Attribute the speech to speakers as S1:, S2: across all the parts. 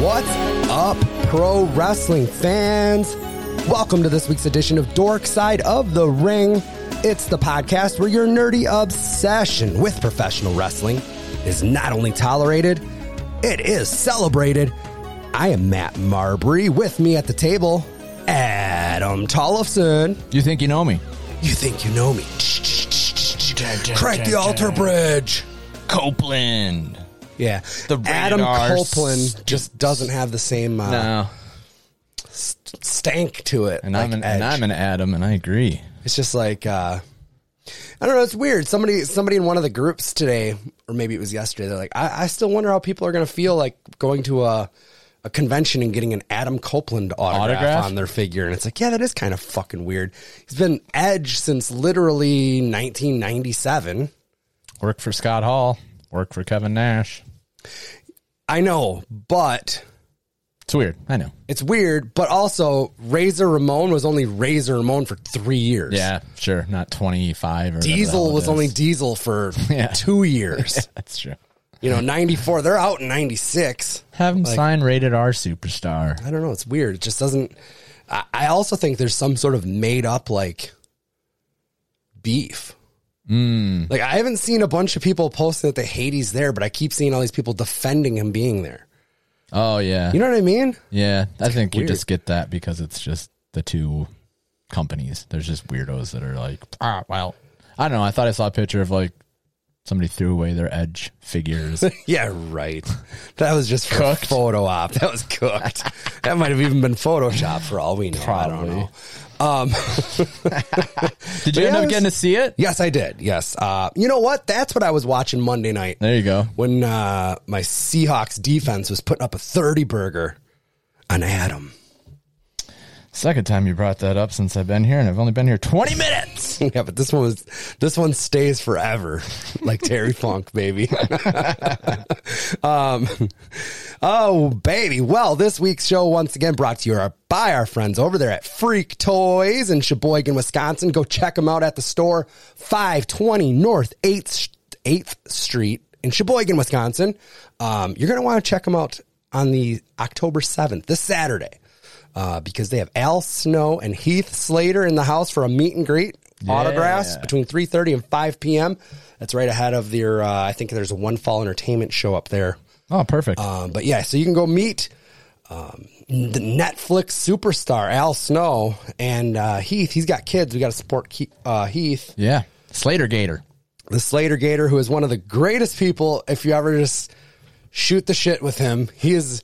S1: What's up, pro wrestling fans? Welcome to this week's edition of Dork Side of the Ring. It's the podcast where your nerdy obsession with professional wrestling is not only tolerated, it is celebrated. I am Matt Marbury. With me at the table, Adam Tollefson.
S2: You think you know me?
S1: You think you know me? Crack the altar bridge.
S2: Copeland.
S1: Yeah,
S2: The rated
S1: Adam
S2: R
S1: Copeland just doesn't have the same uh,
S2: No.
S1: st- stank to it.
S2: And
S1: like
S2: I'm an,
S1: Edge.
S2: and I'm an Adam, and I agree.
S1: It's just like uh, I don't know. It's weird. Somebody somebody in one of the groups today, or maybe it was yesterday. They're like, I, I still wonder how people are going to feel like going to a a convention and getting an Adam Copeland autograph,
S2: Autograph?
S1: on their figure. And it's like, yeah, that is kind of fucking weird. He's been Edge since literally 1997.
S2: Work for Scott Hall. Work for Kevin Nash.
S1: I know, but
S2: It's weird. I know.
S1: it's weird. But also, Razor Ramon was only Razor Ramon for three years.
S2: Yeah, sure. Not 25 or whatever the hell
S1: Diesel
S2: it
S1: was
S2: is.
S1: only Diesel for
S2: Yeah.
S1: two years.
S2: That's true.
S1: You know, 94. They're out in 96.
S2: Have him sign rated R superstar.
S1: I don't know. It's weird. It just doesn't. I, I also think there's some sort of made up like beef. Like, I haven't seen a bunch of people posting that they hate he's there, but I keep seeing all these people defending him being there.
S2: Oh, yeah.
S1: You know what I mean?
S2: yeah. I think we
S1: weird.
S2: just get that because it's just the two companies. There's just weirdos that are like, ah, well. I don't know. I thought I saw a picture of like somebody threw away their Edge figures.
S1: Yeah, right. That was just for photo op. That was cooked. that might have even been Photoshop for all we know. I don't
S2: Probably.
S1: know. Um,
S2: Did you
S1: Yeah, it
S2: end up
S1: was-
S2: getting to see it?
S1: Yes, I did. Yes. Uh, you know what? That's what I was watching Monday night.
S2: There you go.
S1: when uh, my Seahawks defense was putting up a 30 burger on Adam.
S2: Second time you brought that up since I've been here, and I've only been here 20 minutes.
S1: yeah, but this one was this one stays forever, like Terry Funk, baby. um, oh, baby. Well, this week's show once again brought to you by our friends over there at Freak Toys in Sheboygan, Wisconsin. Go check them out at the store, five twenty North Eighth Eighth Street in Sheboygan, Wisconsin. Um, you're gonna want to check them out on the October seventh, this Saturday uh, because they have Al Snow and Heath Slater in the house for a meet and greet autographs between 3.30 and 5 p.m. That's right ahead of their, uh, I think there's a One Fall Entertainment show up there.
S2: Oh, perfect.
S1: Um, but yeah, so you can go meet um, the Netflix superstar Al Snow and uh, Heath. He's got kids. We got to support Ke- uh, Heath,
S2: yeah. Slater Gator.
S1: the Slater Gator, who is one of the greatest people. If you ever just shoot the shit with him, he is.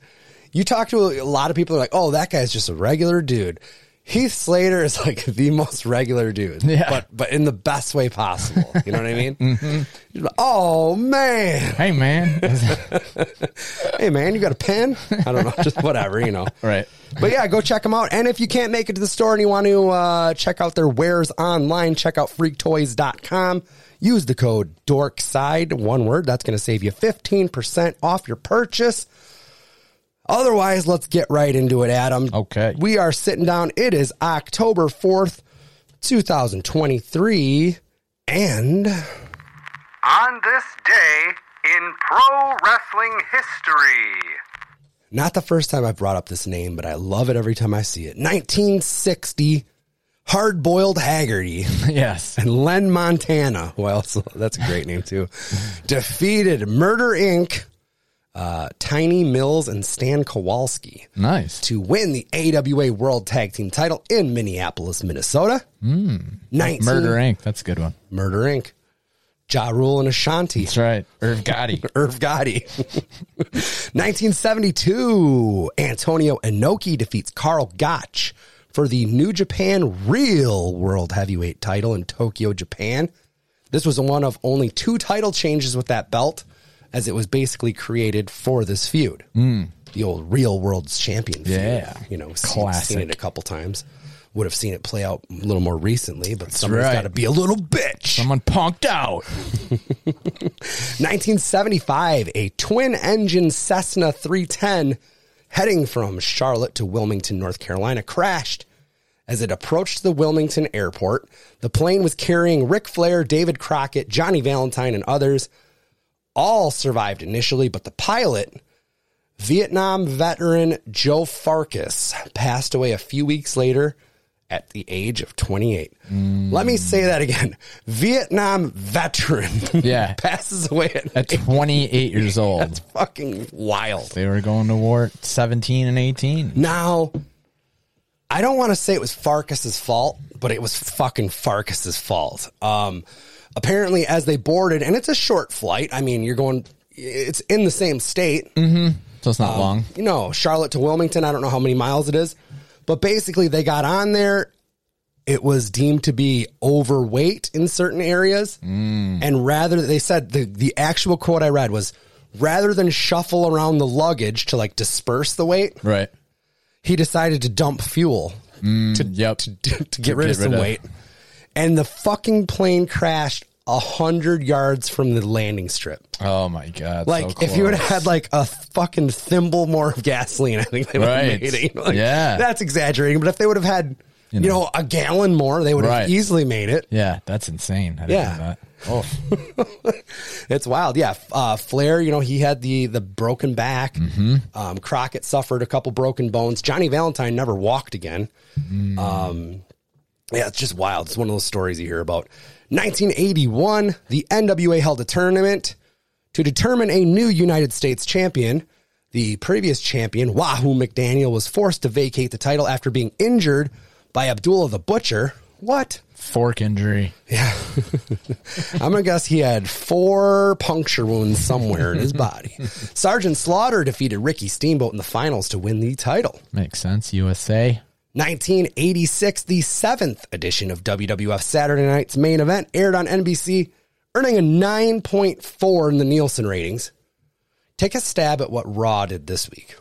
S1: You talk to a lot of people, they're like, "Oh, that guy's just a regular dude." Heath Slater is like the most regular dude,
S2: Yeah.
S1: but but in the best way possible. You know what I mean? You're like, oh man,
S2: Hey, man.
S1: hey man, you got a pen? I don't know, just whatever, you know.
S2: right.
S1: But yeah, go check them out. And if you can't make it to the store and you want to uh, check out their wares online, check out freaktoys.com. Use the code DORKSIDE, one word. That's going to save you 15% off your purchase. Otherwise, let's get right into it, Adam.
S2: Okay.
S1: We are sitting down. It is October 4th, 2023. And
S3: On this day in pro wrestling history.
S1: not the first time I brought up this name, but I love it every time I see it. 1960, Hard Boiled Haggerty.
S2: yes.
S1: and Len Montana, who I also that's a great name too, defeated Murder Inc., uh, Tiny Mills, and Stan Kowalski
S2: Nice.
S1: to win the AWA World Tag Team title in Minneapolis, Minnesota. Mm.
S2: Murder Inc. That's a good one.
S1: Murder Inc. Ja Rule and Ashanti.
S2: That's right. Irv Gotti.
S1: Irv Gotti. 1972, Antonio Inoki defeats Carl Gotch for the New Japan Real World Heavyweight title in Tokyo, Japan. This was one of only two title changes with that belt, as it was basically created for this feud. The old Real World's Champion feud.
S2: Hmm. Yeah.
S1: You know, seen,
S2: Classic.
S1: seen it a couple times. Would have seen it play out a little more recently, but somebody's
S2: right.
S1: got to be a little bitch.
S2: Someone punked out.
S1: 1975, a twin engine Cessna 310 heading from Charlotte to Wilmington, North Carolina, crashed. As it approached the Wilmington airport, the plane was carrying Ric Flair, David Crockett, Johnny Valentine, and others. All survived initially, but the pilot Vietnam veteran Joe Farkas passed away a few weeks later at the age of 28. Let me say that again. Vietnam veteran
S2: Yeah.
S1: passes away at
S2: At 28 years old,
S1: That's fucking wild.
S2: they were going to war at 17 and 18.
S1: Now, I don't want to say it was Farkas's fault, but it was fucking Farkas's fault. Um, apparently, as they boarded, and it's a short flight. I mean, you're going. It's in the same state.
S2: So it's not long.
S1: You know, Charlotte to Wilmington. I don't know how many miles it is, but basically, they got on there. It was deemed to be overweight in certain areas, and rather they said the the actual quote I read was rather than shuffle around the luggage to like disperse the weight,
S2: Right.
S1: he decided to dump fuel
S2: Yep.
S1: to, to get rid of
S2: rid
S1: some
S2: of-
S1: weight. And the fucking plane crashed a hundred yards from the landing strip.
S2: Oh my God. so
S1: Like if you would have
S2: close.
S1: had like a fucking thimble more of gasoline, I think they would have
S2: Right.
S1: made it. Like,
S2: Yeah.
S1: that's exaggerating. But if they would have had, you know, a gallon more, they would have
S2: Right.
S1: easily made it.
S2: Yeah, that's insane. I didn't
S1: Yeah.
S2: know that. Oh,
S1: It's wild. Yeah. Uh, Flair, you know, he had the the broken back. Um, Crockett suffered a couple broken bones. Johnny Valentine never walked again. Um, yeah, it's just wild. It's one of those stories you hear about. 1981, the NWA held a tournament to determine a new United States champion. The previous champion, Wahoo McDaniel, was forced to vacate the title after being injured by Abdullah the Butcher. What?
S2: fork injury.
S1: I'm gonna guess he had four puncture wounds somewhere in his body. Sergeant Slaughter defeated Ricky Steamboat in the finals to win the title.
S2: Makes sense. USA.
S1: 1986, the seventh edition of WWF Saturday Night's main event aired on NBC, earning a 9.4 in the Nielsen ratings. Take a stab at what Raw did this week.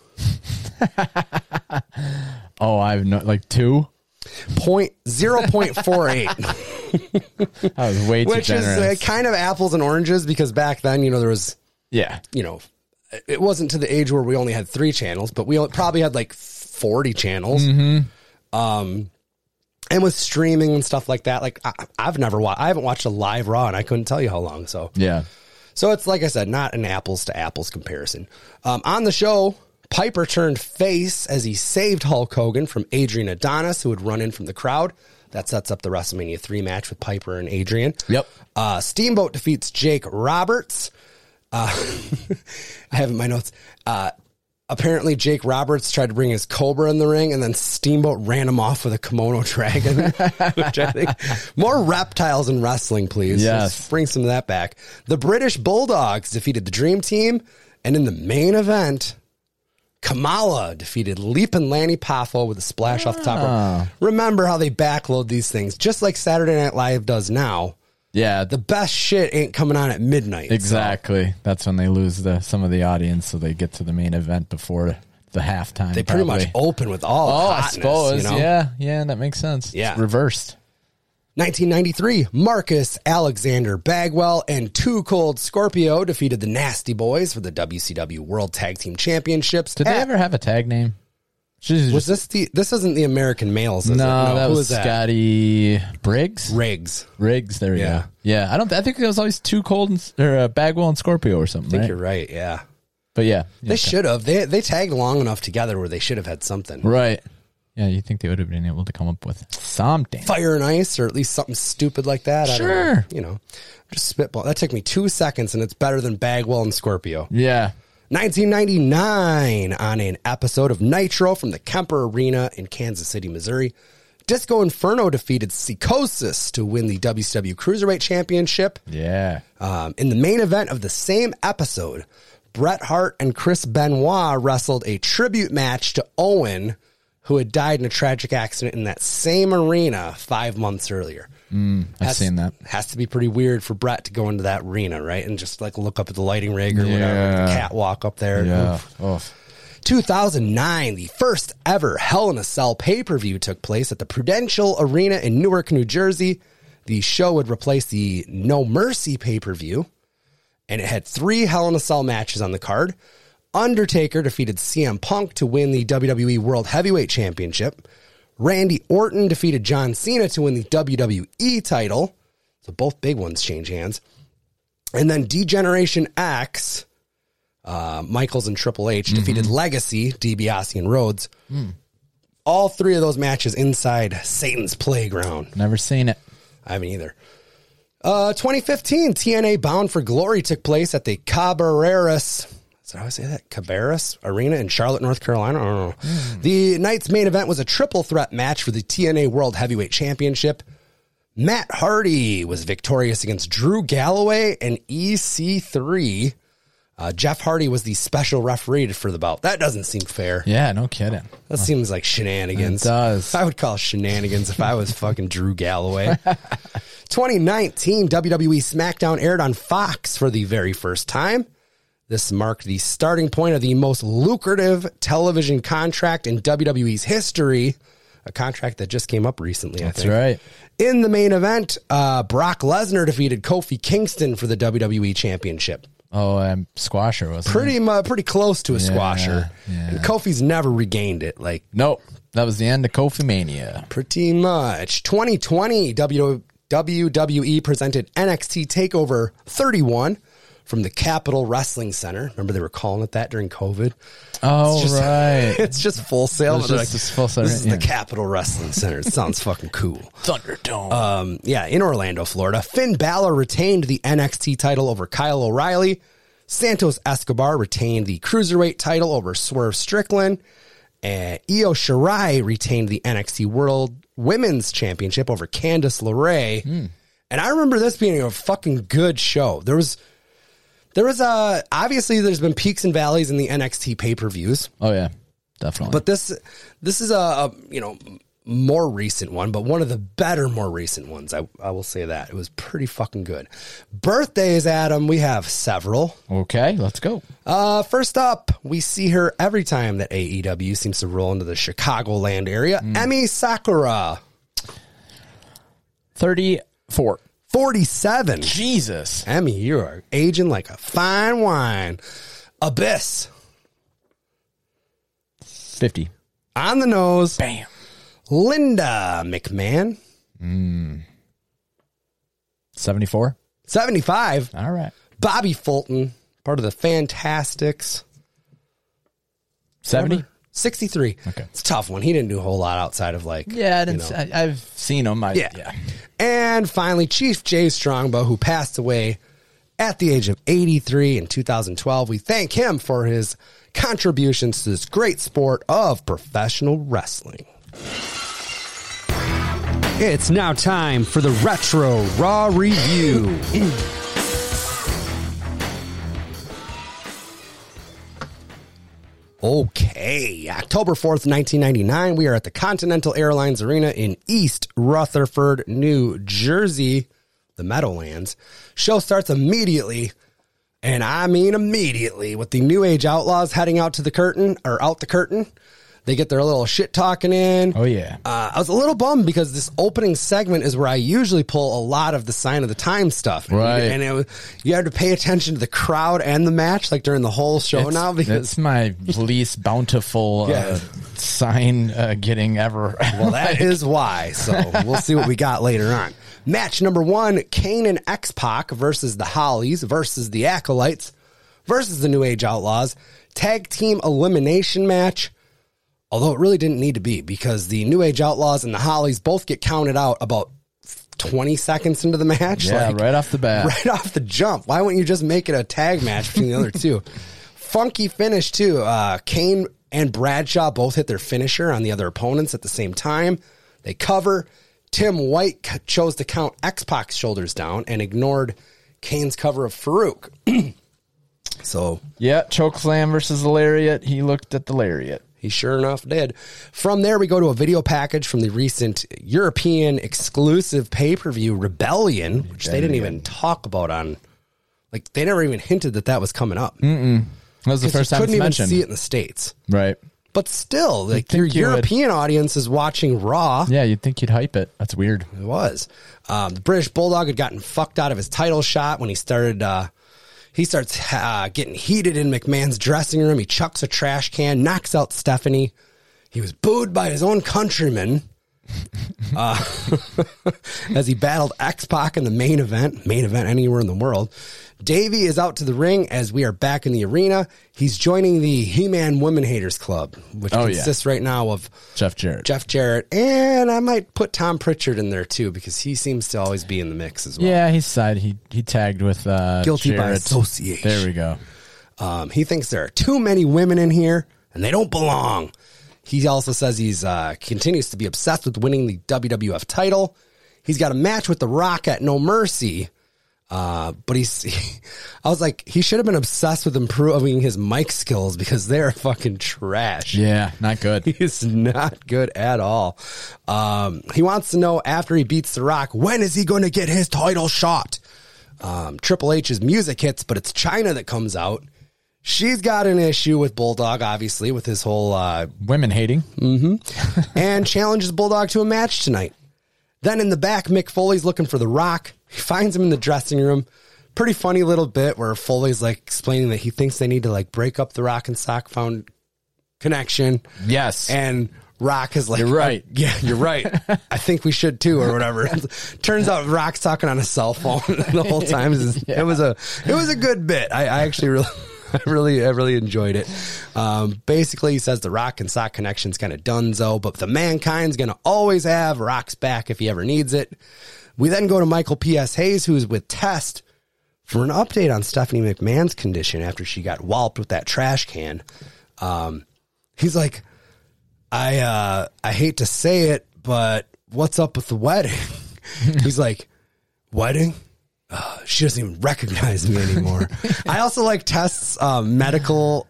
S2: Oh, I've no like two.
S1: Point zero point four eight,
S2: I was way too
S1: which is
S2: generous.
S1: uh, kind of apples and oranges because back then, you know, there was
S2: yeah,
S1: you know, it wasn't to the age where we only had three channels, but we probably had like 40 channels. Um, and with streaming and stuff like that, like I, I've never watched, I haven't watched a live Raw, and I couldn't tell you how long. So,
S2: yeah.
S1: so it's like I said, not an apples to apples comparison. Um, on the show, Piper turned face as he saved Hulk Hogan from Adrian Adonis, who had run in from the crowd. That sets up the WrestleMania 3 match with Piper and Adrian.
S2: Yep.
S1: Uh, Steamboat defeats Jake Roberts. Uh, I have it in my notes. Uh, apparently, Jake Roberts tried to bring his Cobra in the ring, and then Steamboat ran him off with a kimono dragon. which I think more reptiles in wrestling, please.
S2: Yes.
S1: Let's bring some of that back. The British Bulldogs defeated the Dream Team, and in the main event, Kamala defeated Leap and Lanny Poffo with a splash off the top.
S2: Ah.
S1: rope. Remember how they backload these things, just like Saturday Night Live does now
S2: Yeah,
S1: the best shit ain't coming on at midnight.
S2: exactly. That's when they lose the some of the audience, so they get to the main event before the halftime.
S1: They pretty much
S2: probably.
S1: open with all.
S2: Oh,
S1: hotness,
S2: I suppose.
S1: You know?
S2: Yeah, yeah, that makes sense. It's
S1: Yeah.
S2: reversed.
S1: 1993, Marcus Alexander Bagwell and Two Cold Scorpio defeated the Nasty Boys for the WCW World Tag Team Championships.
S2: Did they
S1: at-
S2: ever have a tag name? She's
S1: Was
S2: just,
S1: this the? This isn't the American Males. Is
S2: no,
S1: it?
S2: that
S1: who
S2: was Scotty Briggs.
S1: Riggs.
S2: Riggs. There we
S1: Yeah.
S2: go. Yeah, I don't. I think it was always too cold and s- or uh, Bagwell and Scorpio or
S1: I
S2: something.
S1: think
S2: Right?
S1: you're right. Yeah,
S2: But yeah,
S1: they should have. They they tagged long enough together where they should have had something.
S2: Right. Yeah, you think they would have been able to come up with something.
S1: fire and ice, or at least something stupid like that. I don't know.
S2: Sure.
S1: you know, just spitball. That took me two seconds, and it's better than Bagwell and Scorpio.
S2: Yeah.
S1: 1999 on an episode of Nitro from the Kemper Arena in Kansas City, Missouri. Disco Inferno defeated Psychosis to win the WCW Cruiserweight Championship.
S2: Yeah.
S1: Um, in the main event of the same episode, Bret Hart and Chris Benoit wrestled a tribute match to Owen, who had died in a tragic accident in that same arena five months earlier.
S2: I've seen that.
S1: Has to be pretty weird for Bret to go into that arena, right? And just like look up at the lighting rig or whatever,
S2: Yeah.
S1: the catwalk up there.
S2: Yeah.
S1: Oof.
S2: Oh.
S1: 2009, the first ever Hell in a Cell pay per view took place at the Prudential Arena in Newark, New Jersey. The show would replace the No Mercy pay per view, and it had three Hell in a Cell matches on the card. Undertaker defeated CM Punk to win the WWE World Heavyweight Championship. Randy Orton defeated John Cena to win the WWE title. So both big ones change hands. And then Degeneration X uh, Michaels and Triple H defeated Legacy, DiBiase, and Rhodes. All three of those matches inside Satan's playground.
S2: Never seen it.
S1: I haven't either. Uh, 2015, TNA Bound for Glory took place at the Cabarrus. Did I always say that? Cabarrus Arena in Charlotte, North Carolina? I don't know. The night's main event was a triple threat match for the TNA World Heavyweight Championship. Matt Hardy was victorious against Drew Galloway and EC3. Uh, Jeff Hardy was the special referee for the bout. That doesn't seem fair.
S2: Yeah, no kidding.
S1: That seems like shenanigans.
S2: It does.
S1: I would call it shenanigans if I was fucking Drew Galloway. 2019 WWE E SmackDown aired on Fox for the very first time. This marked the starting point of the most lucrative television contract in WWE's history, a contract that just came up recently, I
S2: That's
S1: think.
S2: right.
S1: In the main event, uh, Brock Lesnar defeated Kofi Kingston for the WWE Championship
S2: Oh, um, squasher was
S1: pretty mu pretty close to a squasher.
S2: yeah.
S1: And Kofi's never regained it. Like
S2: Nope. That was the end of Kofi Mania.
S1: pretty much 2020 W- WWE presented NXT Takeover 31 from the Capitol Wrestling Center. Remember they were calling it that during COVID.
S2: Oh
S1: just-
S2: right,
S1: It's just full sale.
S2: It's
S1: but they're
S2: just a full sale,
S1: This is
S2: yeah.
S1: the Capitol Wrestling Center. It sounds fucking cool.
S2: Thunderdome.
S1: Um, yeah, in Orlando, Florida, Finn Balor retained the NXT title over Kyle O'Reilly. Santos Escobar retained the cruiserweight title over Swerve Strickland. And Io Shirai retained the NXT World Women's Championship over Candice LeRae. And I remember this being a fucking good show. There was, there was a obviously there's been peaks and valleys in the NXT pay per views.
S2: oh yeah, definitely.
S1: But this this is a, a you know more recent one, but one of the better more recent ones. I I will say that it was pretty fucking good. Birthdays, Adam. We have several.
S2: okay, let's go.
S1: Uh, first up, we see her every time that AEW seems to roll into the Chicagoland area. Emmy Sakura,
S2: Thirty-four.
S1: forty-seven.
S2: Jesus.
S1: Emmy, you are aging like a fine wine. Abyss
S2: Fifty.
S1: on the nose.
S2: Bam.
S1: Linda McMahon,
S2: Seventy-four.
S1: seventy-five.
S2: All right.
S1: Bobby Fulton, part of the Fantastics.
S2: Seventy.
S1: Remember? 63.
S2: Okay.
S1: It's a tough one. He didn't do a whole lot outside of like.
S2: Yeah, I didn't.
S1: you know.
S2: I, I've seen them. I,
S1: Yeah.
S2: yeah.
S1: And finally, Chief Jay Strongbow, who passed away at the age of 83 in 2012. We thank him for his contributions to this great sport of professional wrestling. It's now time for the Retro Raw Review. Okay, October 4th, 1999, we are at the Continental Airlines Arena in East Rutherford, New Jersey, the Meadowlands. Show starts immediately, and I mean immediately, with the New Age Outlaws heading out to the curtain or out the curtain. They get their little shit talking in.
S2: Oh, yeah.
S1: Uh, I was a little bummed because this opening segment is where I usually pull a lot of the sign of the time stuff. And-
S2: Right.
S1: And it was, you had to pay attention to the crowd and the match, like during the whole show
S2: It's,
S1: now, because
S2: it's my least bountiful
S1: Yeah.
S2: uh, sign uh, getting ever.
S1: Well, that is why. So we'll see what we got later on. Match number one Kane and X Pac versus the Hollies versus the Acolytes versus the New Age Outlaws. Tag team elimination match. Although it really didn't need to be because the New Age Outlaws and the Hollies both get counted out about 20 seconds into the match.
S2: yeah,
S1: Like,
S2: right off the bat.
S1: right off the jump. Why wouldn't you just make it a tag match between the other two? Funky finish too. Uh, Kane and Bradshaw both hit their finisher on the other opponents at the same time. They cover. Tim White c- chose to count X Pac's shoulders down and ignored Kane's cover of Farouk. so
S2: Yeah, choke slam versus the lariat. He looked at the lariat.
S1: he sure enough did. From there, we go to a video package from the recent European exclusive pay per view Rebellion, which they didn't even talk about on. Like they never even hinted that that was coming up.
S2: That was the Mm, first time
S1: couldn't
S2: it's
S1: even
S2: mentioned.
S1: see it in the states.
S2: Right.
S1: But still, like your
S2: think you would-
S1: European audience is watching Raw.
S2: Yeah, you'd think you'd hype it. That's weird.
S1: It was. Um, the British Bulldog had gotten fucked out of his title shot when he started. Uh, he starts uh, getting heated in McMahon's dressing room. He chucks a trash can, knocks out Stephanie. He was booed by his own countrymen uh, as he battled X Pac in the main event. Main event anywhere in the world. Davey is out to the ring as we are back in the arena. He's joining the He Man Women Haters Club, which
S2: Oh, yeah.
S1: consists right now of
S2: Jeff Jarrett.
S1: Jeff Jarrett and I might put Tom Pritchard in there too because he seems to always be in the mix as well.
S2: Yeah, he side he he tagged with uh,
S1: Guilty by
S2: Jarrett.
S1: association.
S2: There we go.
S1: Um, he thinks there are too many women in here and they don't belong. He also says he's uh, continues to be obsessed with winning the WWF title. He's got a match with The Rock at No Mercy, uh, but he's. I was like, he should have been obsessed with improving his mic skills because they're fucking trash.
S2: Yeah, not good.
S1: He's not good at all. Um, he wants to know after he beats The Rock, when is he going to get his title shot? Um, Triple H's music hits, but it's China that comes out. She's got an issue with Bulldog, obviously, with his whole, uh,
S2: Women hating.
S1: Mm. and challenges Bulldog to a match tonight. Then in the back, Mick Foley's looking for The Rock. He finds him in the dressing room. Pretty funny little bit where Foley's like explaining that he thinks they need to like break up the Rock and Sock Found connection
S2: Yes.
S1: and Rock is like,
S2: You're right.
S1: yeah, you're right. I think we should too, or whatever. Turns out Rock's talking on a cell phone the whole time. It was- It was a it was a good bit. I, I actually really. I really, I really enjoyed it. Um, basically, he says the Rock and Sock connection's kind of donezo, but the mankind's going to always have Rock's back if he ever needs it. We then go to Michael P.S. Hayes, who's with Test, for an update on Stephanie McMahon's condition after she got walloped with that trash can. Um, he's like, I uh I hate to say it, but what's up with the wedding? He's like, wedding? Uh, she doesn't even recognize me anymore. I also like Test's um, medical.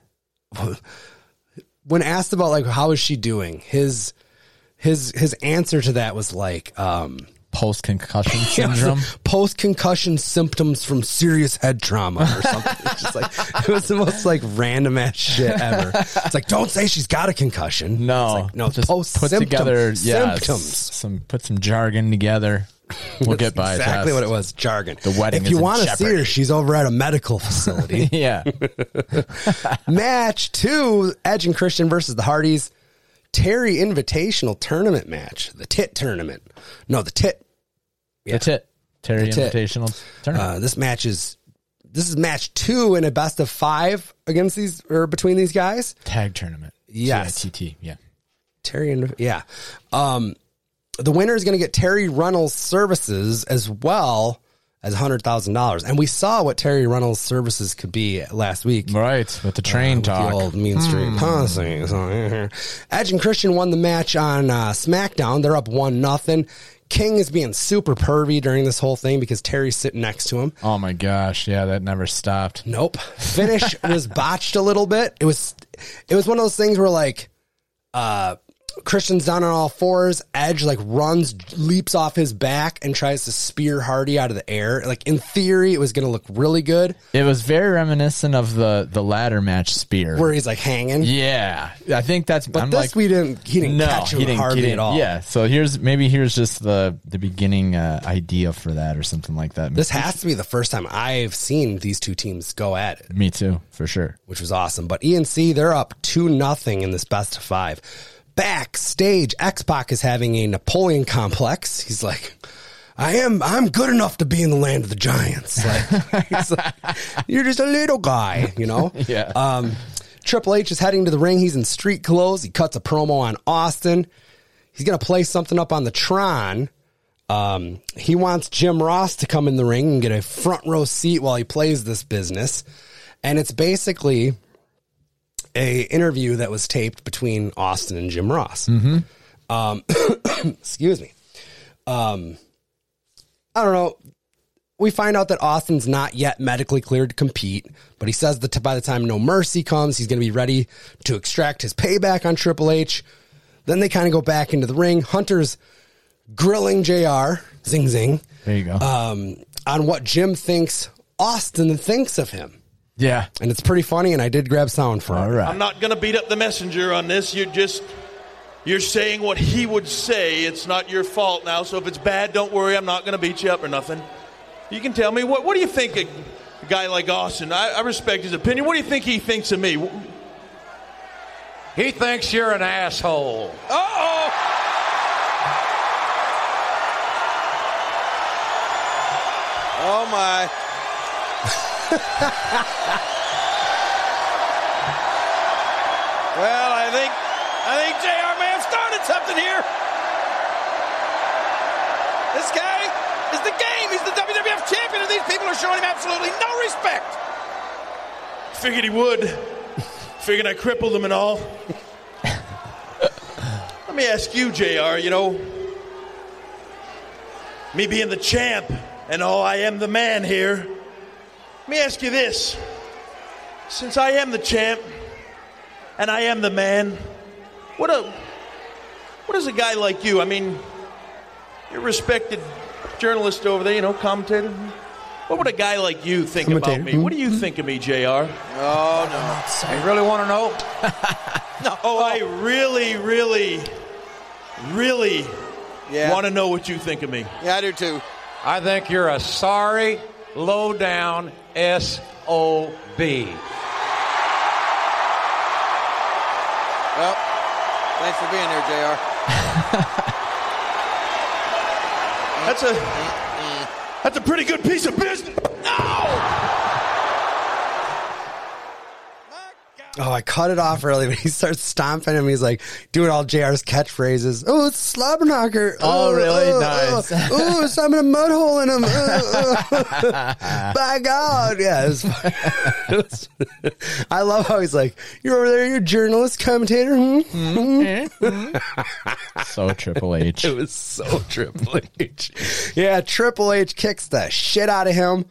S1: When asked about like how is she doing, his his his answer to that was like um,
S2: Post concussion syndrome.
S1: post concussion symptoms from serious head trauma or something. it's just like it was the most like random ass shit ever. It's like don't say she's got a concussion.
S2: No,
S1: It's like, no,
S2: Just
S1: post
S2: put together yeah,
S1: symptoms.
S2: s- some put some jargon together. We'll get by it,
S1: exactly
S2: Tess.
S1: what it was. Jargon.
S2: The wedding
S1: If you
S2: is in
S1: want to see her,
S2: jeopardy.
S1: she's over at a medical facility.
S2: Yeah,
S1: match two: Edge and Christian versus the Hardys. Terry Invitational Tournament match. The Tit Tournament. No, the Tit
S2: that's it. Terry
S1: That's it.
S2: Invitational tournament.
S1: Uh, this match is this is match two in a best of five against these or between these guys.
S2: Tag tournament.
S1: yes.
S2: TT. Yeah.
S1: Terry and yeah, um, the winner is going to get Terry Runnels services as well as hundred thousand dollars. And we saw what Terry Runnels services could be last week.
S2: Right, with the train talk.
S1: Uh, The old Mean Street Posse. So, Edge and Christian won the match on uh, SmackDown. They're up one nothing. King is being super pervy during this whole thing because Terry's sitting next to him.
S2: oh my gosh, yeah, that never stopped.
S1: Nope. Finish was botched a little bit. It was it was one of those things where like uh Christian's down on all fours, Edge like runs, leaps off his back and tries to spear Hardy out of the air. Like in theory it was going to look really good
S2: It was very reminiscent of the the ladder match spear.
S1: where he's like hanging.
S2: yeah, I think that's.
S1: but
S2: I'm
S1: this
S2: like,
S1: we didn't he didn't catch him hardly
S2: he
S1: at all.
S2: Yeah, so here's maybe here's just the the beginning uh, idea for that or something like that.
S1: This has to be the first time I've seen these two teams go at it,
S2: Me too, for sure.
S1: which was awesome. But ENC, they're up 2 nothing in this best of 5. Backstage, X-Pac is having a Napoleon complex. He's like, I am I'm good enough to be in the land of the giants. Like, he's like, you're just a little guy, you know?
S2: Yeah.
S1: Um, Triple H is heading to the ring. He's in street clothes. He cuts a promo on Austin. He's going to play something up on the Tron. Um, he wants Jim Ross to come in the ring and get a front row seat while he plays this business. And it's basically a interview that was taped between Austin and Jim Ross.
S2: Mm-hmm.
S1: Um, excuse me. Um, I don't know we find out that Austin's not yet medically cleared to compete, but he says that by the time No Mercy comes, he's going to be ready to extract his payback on Triple H. Then they kind of go back into the ring. Hunter's grilling JR, zing zing,
S2: There you go.
S1: um, on what Jim thinks Austin thinks of him.
S2: yeah.
S1: And it's pretty funny, and I did grab sound for
S2: All
S1: it.
S2: right.
S4: I'm not going to beat up the messenger on this. You're just you're saying what he would say. It's not your fault now. So if it's bad, don't worry. I'm not going to beat you up or nothing. You can tell me what what do you think a guy like Austin? I, I respect his opinion. What do you think he thinks of me? Uh
S5: He thinks you're an asshole.
S4: oh. Oh my. Well, I think I think JR may have started something here. This guy is the game. He's the WWF champion, and these people are showing him absolutely no respect. Figured he would. Figured I crippled him and all. Let me ask you, JR, you know, me being the champ and all, I am the man here. Let me ask you this. Since I am the champ, and I am the man. What a what is a guy like you? I mean, you're a respected journalist over there, you know, commentator. What would a guy like you think about
S1: Commentator.
S4: me? What do you think of me, JR?
S5: You really want to know?
S4: Oh, I really, really, really
S6: Yeah.
S4: want to know what you think of me.
S6: Yeah, I do too.
S5: I think you're a sorry, low down SOB.
S6: Well, thanks for being here, Jr.
S4: That's a that's a pretty good piece of business. No!
S1: Oh, I cut it off early, but he starts stomping him. He's like doing all JR's catchphrases. Oh, it's Slobberknocker.
S2: Oh, really?
S1: oh,
S2: Nice.
S1: Oh, oh, so I'm in a mud hole in him. Oh, oh. By God. Yeah. It was, it was- I love how he's like, you're over there, you're a journalist, commentator. Hmm?
S2: So Triple H.
S1: It was so Triple H. Yeah, Triple H kicks the shit out of him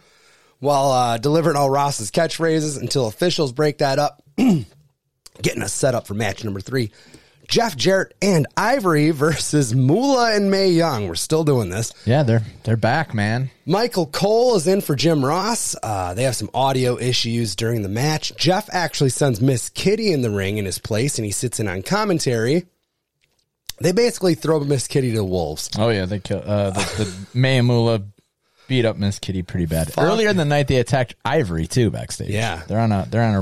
S1: while uh, delivering all Ross's catchphrases until officials break that up, getting us set up for match number three. Jeff Jarrett and Ivory versus Moolah and May Young. We're still doing this.
S2: Yeah, they're they're back, man.
S1: Michael Cole is in for Jim Ross. Uh, they have some audio issues during the match. Jeff actually sends Miss Kitty in the ring in his place, and he sits in on commentary. They basically throw Miss Kitty to the wolves.
S2: Oh yeah, they kill uh, the, the Mayamula beat up Miss Kitty pretty bad. Earlier in the night, they attacked Ivory too backstage.
S1: Yeah.
S2: they're on a they're on a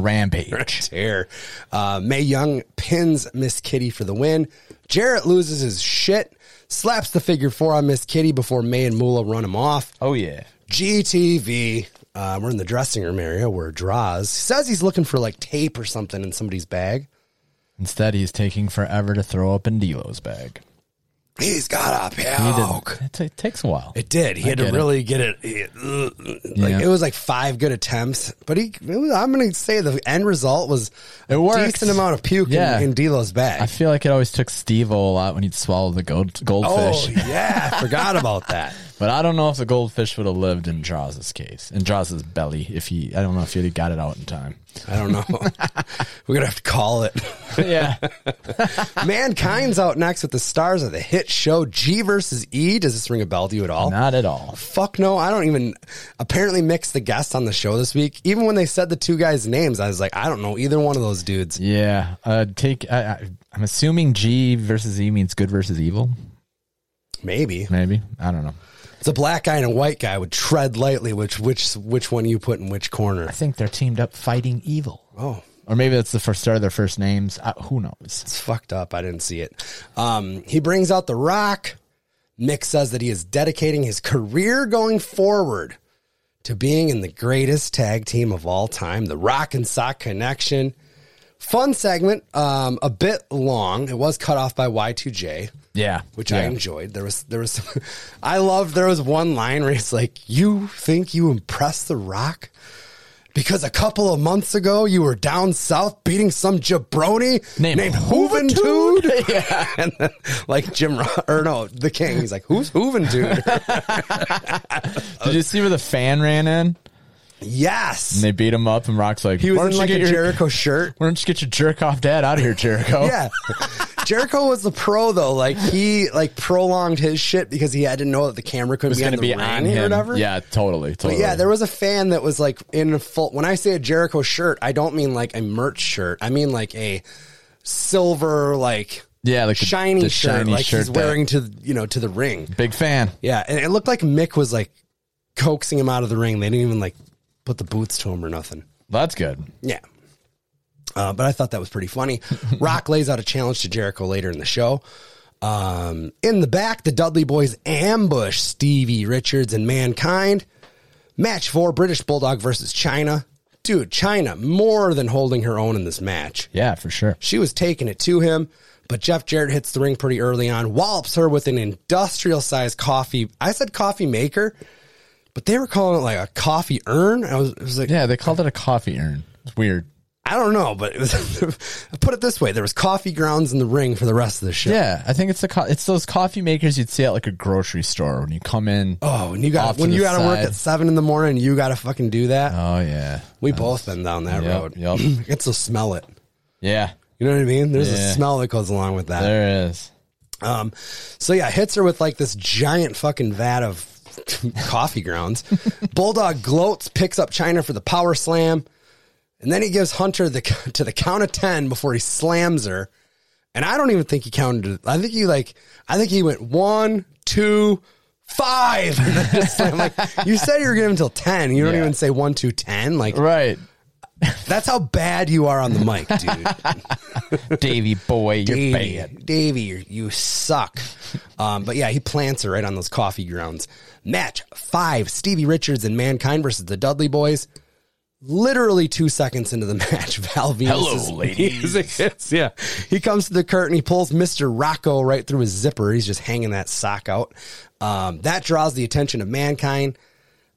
S2: rampage.
S1: tear. Uh, May Young pins Miss Kitty for the win. Jarrett loses his shit, slaps the figure four on Miss Kitty before May and Moolah run him off.
S2: Oh yeah,
S1: GTV. Uh, we're in the dressing room area where Draws says he's looking for like tape or something in somebody's bag.
S2: Instead, he's taking forever to throw up in D'Lo's bag.
S1: He's got a
S2: He did-
S1: puke.
S2: It ta- takes a while.
S1: It did. He had to
S2: get it.
S1: really get it. it- ugh. like
S2: Yeah.
S1: it was like five good attempts, but he. it was- I'm going to say the end result was
S2: It worked.
S1: decent amount of puke
S2: Yeah.
S1: in, in D'Lo's bag.
S2: I feel like it always took Steve a lot when he'd swallow the gold, goldfish.
S1: Oh yeah, I forgot about that.
S2: But I don't know if the goldfish would have lived in Draws's case, in Draws's belly. If he, I don't know if he'd have got it out in time.
S1: I don't know. We're gonna have to call it.
S2: yeah,
S1: Mankind's out next with the stars of the hit show G versus E. Does this ring a bell to you at all?
S2: not at all.
S1: Fuck no. I don't even. Apparently, mix the guests on the show this week. Even when they said the two guys' names, I was like, I don't know either one of those dudes.
S2: Yeah, uh, take. I, I, I'm assuming G versus E means good versus evil.
S1: Maybe
S2: Maybe I don't know.
S1: it's a black guy and a white guy would tread lightly. Which which which one you put in which corner?
S2: I think they're teamed up fighting evil.
S1: Oh,
S2: Or maybe that's the first start of their first names. Uh, who knows?
S1: It's fucked up. I didn't see it. Um, he brings out the rock. Mick says that he is dedicating his career going forward to being in the greatest tag team of all time, the Rock and Sock Connection. Fun segment, um, a bit long. It was cut off by Y2J,
S2: Yeah,
S1: which I
S2: yeah.
S1: enjoyed. There was, there was, I loved. There was one line where it's like, "You think you impress the Rock?" Because a couple of months ago, you were down south beating some jabroni
S2: Named
S1: named Hooventude. yeah. And then, like Jim, Ro- or no, the king, he's like, who's Hooventude?
S2: Did you see where the fan ran in?
S1: yes.
S2: And they beat him up, and Rock's like,
S1: He
S2: "Why
S1: was
S2: don't
S1: in
S2: you
S1: like a
S2: get your Oh.
S1: Jericho shirt.
S2: why don't you get your jerk off dad out of here, Jericho?"
S1: Yeah. Jericho was the pro though. Like he like prolonged his shit because he had to know that the camera couldn't
S2: it's
S1: be on
S2: gonna
S1: the
S2: be
S1: ring
S2: on
S1: or
S2: him.
S1: whatever.
S2: Yeah, totally, totally.
S1: But yeah, there was a fan that was like in a full. When I say a Jericho shirt, I don't mean like a merch shirt. I mean like a silver, like
S2: Yeah, like the-
S1: shiny
S2: the
S1: shirt,
S2: shiny
S1: like he's
S2: shirt that-
S1: wearing to you know to the ring.
S2: big fan.
S1: Yeah, and it looked like Mick was like coaxing him out of the ring. They didn't even like put the boots to him or nothing.
S2: That's good.
S1: Yeah. Uh, but I thought that was pretty funny. Rock lays out a challenge to Jericho later in the show. Um, in the back, the Dudley boys ambush Stevie Richards and Mankind. Match four British Bulldog versus China. Dude, China more than holding her own in this match.
S2: Yeah, for sure.
S1: She was taking it to him, but Jeff Jarrett hits the ring pretty early on, wallops her with an industrial sized coffee. I said coffee maker, but they were calling it like a coffee urn. I was, it was like,
S2: Yeah, they called it a coffee urn. It's weird.
S1: I don't know, but it was, put it this way there was coffee grounds in the ring for the rest of the show.
S2: Yeah, I think it's the co- it's those coffee makers you'd see at like a grocery store when you come in.
S1: Oh, and you got
S2: Off to
S1: when
S2: the
S1: you got to work
S2: side.
S1: at seven in the morning, you got to fucking do that.
S2: Oh, yeah,
S1: we both been down that
S2: Yep,
S1: road.
S2: yep.
S1: I can still smell it.
S2: yeah.
S1: You know what I mean? There's a
S2: Yeah.
S1: smell that goes along with that.
S2: There it is.
S1: Um, so yeah, hits her with like this giant fucking vat of coffee grounds. Bulldog gloats, picks up China for the power slam, and then he gives Hunter the to the count of ten before he slams her. And I don't even think he counted. it. I think he like I think he went one, two, five. And then just slammed. like you said, you were giving him till ten. You don't
S2: Yeah.
S1: even say one, two, ten. Like
S2: Right,
S1: that's how bad you are on the mic, dude.
S2: Davy boy, you're
S1: Davey,
S2: bad.
S1: Davey, you you suck. Um, but yeah, he plants her right on those coffee grounds. Match five: Stevie Richards and Mankind versus the Dudley Boys. Literally two seconds into the match, Val Venus
S2: Hello,
S1: is-
S2: ladies.
S1: music hits. Yeah, he comes to the curtain. He pulls Mister Rocco right through his zipper. He's just hanging that sock out. Um, that draws the attention of Mankind.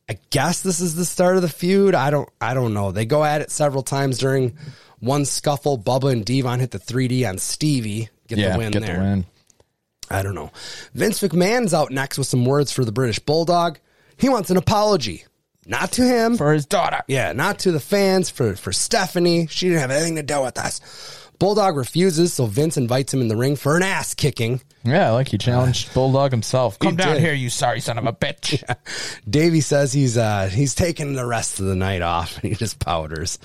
S1: I guess this is the start of the feud. I don't I don't know. They go at it several times during one scuffle. Bubba and Devon hit the 3D on Stevie. Get
S2: Yeah,
S1: the win
S2: get
S1: there.
S2: the win.
S1: I don't know. Vince McMahon's out next with some words for the British Bulldog. He wants an apology. Not to him.
S2: for his daughter.
S1: yeah, not to the fans for, for Stephanie. She didn't have anything to do with us. Bulldog refuses, so Vince invites him in the ring for an ass kicking.
S2: Yeah, like he challenged Bulldog himself. Come down
S1: did.
S2: here, you sorry son of a bitch.
S1: Davey says he's uh, he's taking the rest of the night off and he just powders.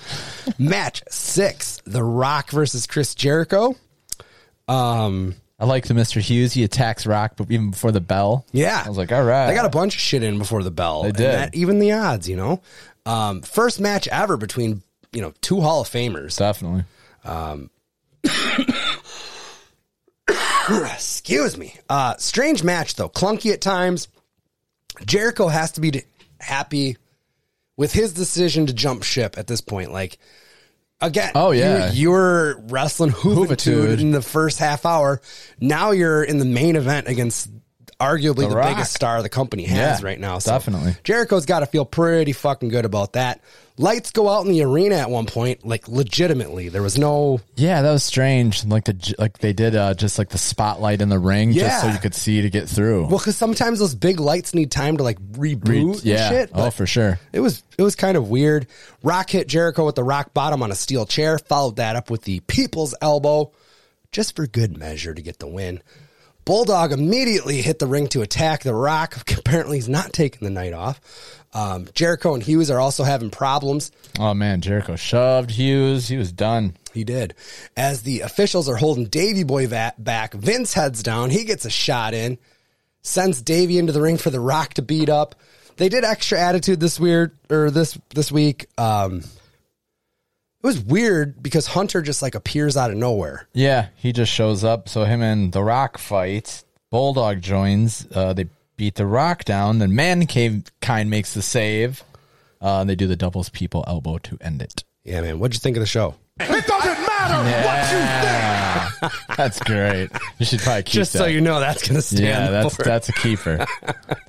S1: Match six: The Rock versus Chris Jericho.
S2: I liked the Mr. Hughes. He attacks Rock, but even before the bell.
S1: Yeah,
S2: I was like, all right.
S1: They got a bunch of shit in before the bell.
S2: They
S1: and
S2: did.
S1: that even the odds, you know. Um, first match ever between you know two Hall of Famers.
S2: definitely.
S1: Excuse me. Uh, strange match though, clunky at times. Jericho has to be d- happy with his decision to jump ship at this point. Like again,
S2: Oh, yeah.
S1: you, you were wrestling Hooventude
S2: Hooventude.
S1: in the first half hour. Now you're in the main event against arguably the,
S2: The Rock.
S1: biggest star the company has
S2: Yeah,
S1: right now. So
S2: definitely.
S1: Jericho's got to feel pretty fucking good about that. Lights go out in the arena at one point, like legitimately. There was no
S2: Yeah, that was strange. Like the j- like they did uh, just like the spotlight in the ring, just so
S1: Yeah.
S2: you could see to get through.
S1: well, because sometimes those big lights need time to like
S2: Re-
S1: reboot
S2: yeah.
S1: and shit.
S2: oh,
S1: but-
S2: for sure.
S1: It was it was kind of weird. Rock hit Jericho with the rock bottom on a steel chair, followed that up with the people's elbow, just for good measure to get the win. Bulldog immediately hit the ring to attack the rock. Apparently, he's not taking the night off. Um, Jericho and Hughes are also having problems.
S2: Oh man, Jericho shoved Hughes. He was done.
S1: He did. As the officials are holding Davy Boy va- back, Vince heads down. He gets a shot in, sends Davy into the ring for the Rock to beat up. They did extra attitude this weird or this this week. Um, it was weird because Hunter just like appears out of nowhere.
S2: Yeah, he just shows up. So him and The Rock fight. Bulldog joins. Uh, they beat The Rock down. Then Mankind makes the save. Uh, and they do the doubles people elbow to end it.
S1: Yeah, man. What'd you think of the show?
S7: It doesn't matter
S2: That's great. You should probably keep
S1: Just
S2: that.
S1: so you know, that's gonna stand.
S2: yeah, that's
S1: for-
S2: that's a keeper.